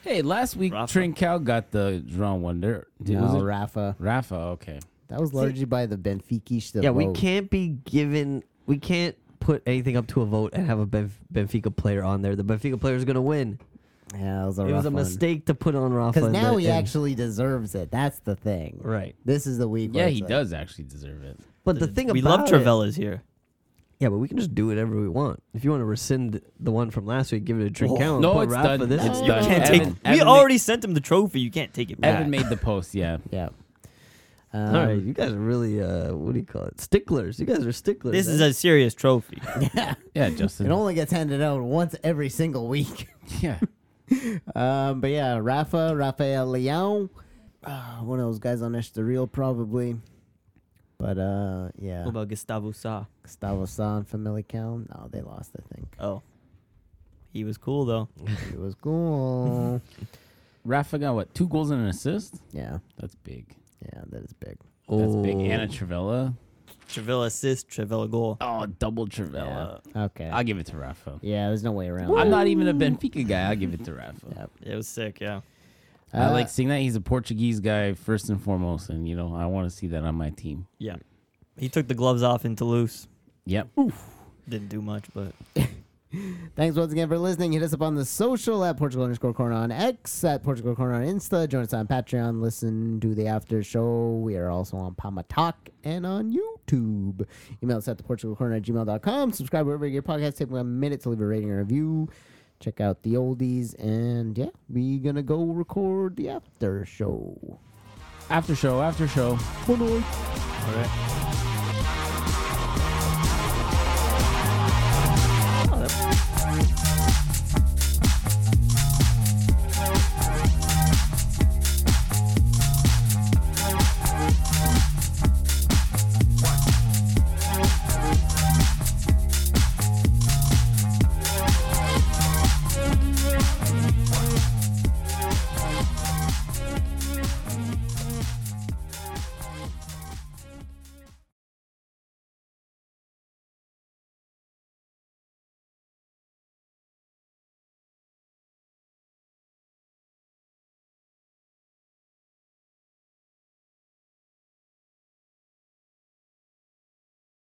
Speaker 2: hey, last week
Speaker 1: Rafa.
Speaker 2: Trinkau got the drawn wonder. Did, was
Speaker 4: No,
Speaker 2: it?
Speaker 4: Rafa.
Speaker 2: Rafa, okay.
Speaker 4: That was largely by the Benfica. that
Speaker 3: yeah, we
Speaker 4: vote.
Speaker 3: can't be given. We can't put anything up to a vote and have a Benf- Benfica player on there. The Benfica player is going to win.
Speaker 4: Yeah, that was a
Speaker 3: it was a mistake to put on Rafa.
Speaker 4: Because
Speaker 3: in
Speaker 4: now
Speaker 3: the-
Speaker 4: he
Speaker 3: in-
Speaker 4: actually deserves it. That's the thing.
Speaker 3: right.
Speaker 4: This is the week. where
Speaker 2: Yeah,
Speaker 4: it's
Speaker 2: he
Speaker 4: like-
Speaker 2: does actually deserve it.
Speaker 3: But the thing
Speaker 1: we
Speaker 3: about
Speaker 1: love
Speaker 3: it-
Speaker 1: Travella's here.
Speaker 3: yeah, but we can just do whatever we want. If you want to rescind the one from last week, give it a drink count.
Speaker 2: No,
Speaker 3: put
Speaker 2: it's
Speaker 3: Rafa
Speaker 2: done.
Speaker 3: This
Speaker 2: It's
Speaker 3: week.
Speaker 1: You
Speaker 2: done.
Speaker 1: can't
Speaker 2: Evan-
Speaker 1: take. we
Speaker 2: Evan-
Speaker 1: already sent him the trophy. You can't take it back.
Speaker 2: Evan made the post, yeah.
Speaker 4: Yeah.
Speaker 3: All right, you guys are really uh, what do you call it? Sticklers. You guys are sticklers.
Speaker 1: This
Speaker 3: eh?
Speaker 1: is a serious trophy.
Speaker 2: Yeah, Justin.
Speaker 4: It only gets handed out once every single week.
Speaker 2: yeah.
Speaker 4: Um, but yeah, Rafa, Rafael Leon, uh, one of those guys on Estoril probably. But uh, yeah,
Speaker 1: What about Gustavo Sa?
Speaker 4: Gustavo San, Famalicão. No, they lost. I think
Speaker 1: Oh, he was cool though.
Speaker 4: it was
Speaker 2: (laughs)
Speaker 4: cool.
Speaker 2: (laughs) Rafa got what? Two goals and an assist?
Speaker 4: yeah,
Speaker 2: That's big.
Speaker 4: yeah, that is big.
Speaker 2: That's big.
Speaker 3: Oh.
Speaker 2: Anna Travella.
Speaker 1: Travella assist, Travella goal.
Speaker 2: Oh, double Travella.
Speaker 4: Okay.
Speaker 2: I'll give it to Rafa.
Speaker 4: yeah, there's no way around.
Speaker 2: I'm
Speaker 4: that.
Speaker 2: not even a Benfica guy. I'll give it to Rafa.
Speaker 4: Yep.
Speaker 1: It was sick. Yeah.
Speaker 2: I
Speaker 4: Uh,
Speaker 2: like seeing that. He's a Portuguese guy first and foremost, and you know I want to see that on my team.
Speaker 1: Yeah. He took the gloves off in Toulouse.
Speaker 2: Yep.
Speaker 1: Didn't do much, but
Speaker 4: Thanks once again for listening. Hit us up on the social at Portugal underscore corner on X, at Portugal corner on Insta. Join us on Patreon. Listen to the after show. We are also on Pama Talk and on YouTube. Email us at the Portugal corner at gmail.com. Subscribe wherever you get your podcast. Take a minute to leave a rating and review. Check out the oldies. And yeah, we going to go record the after show.
Speaker 2: After show. After show.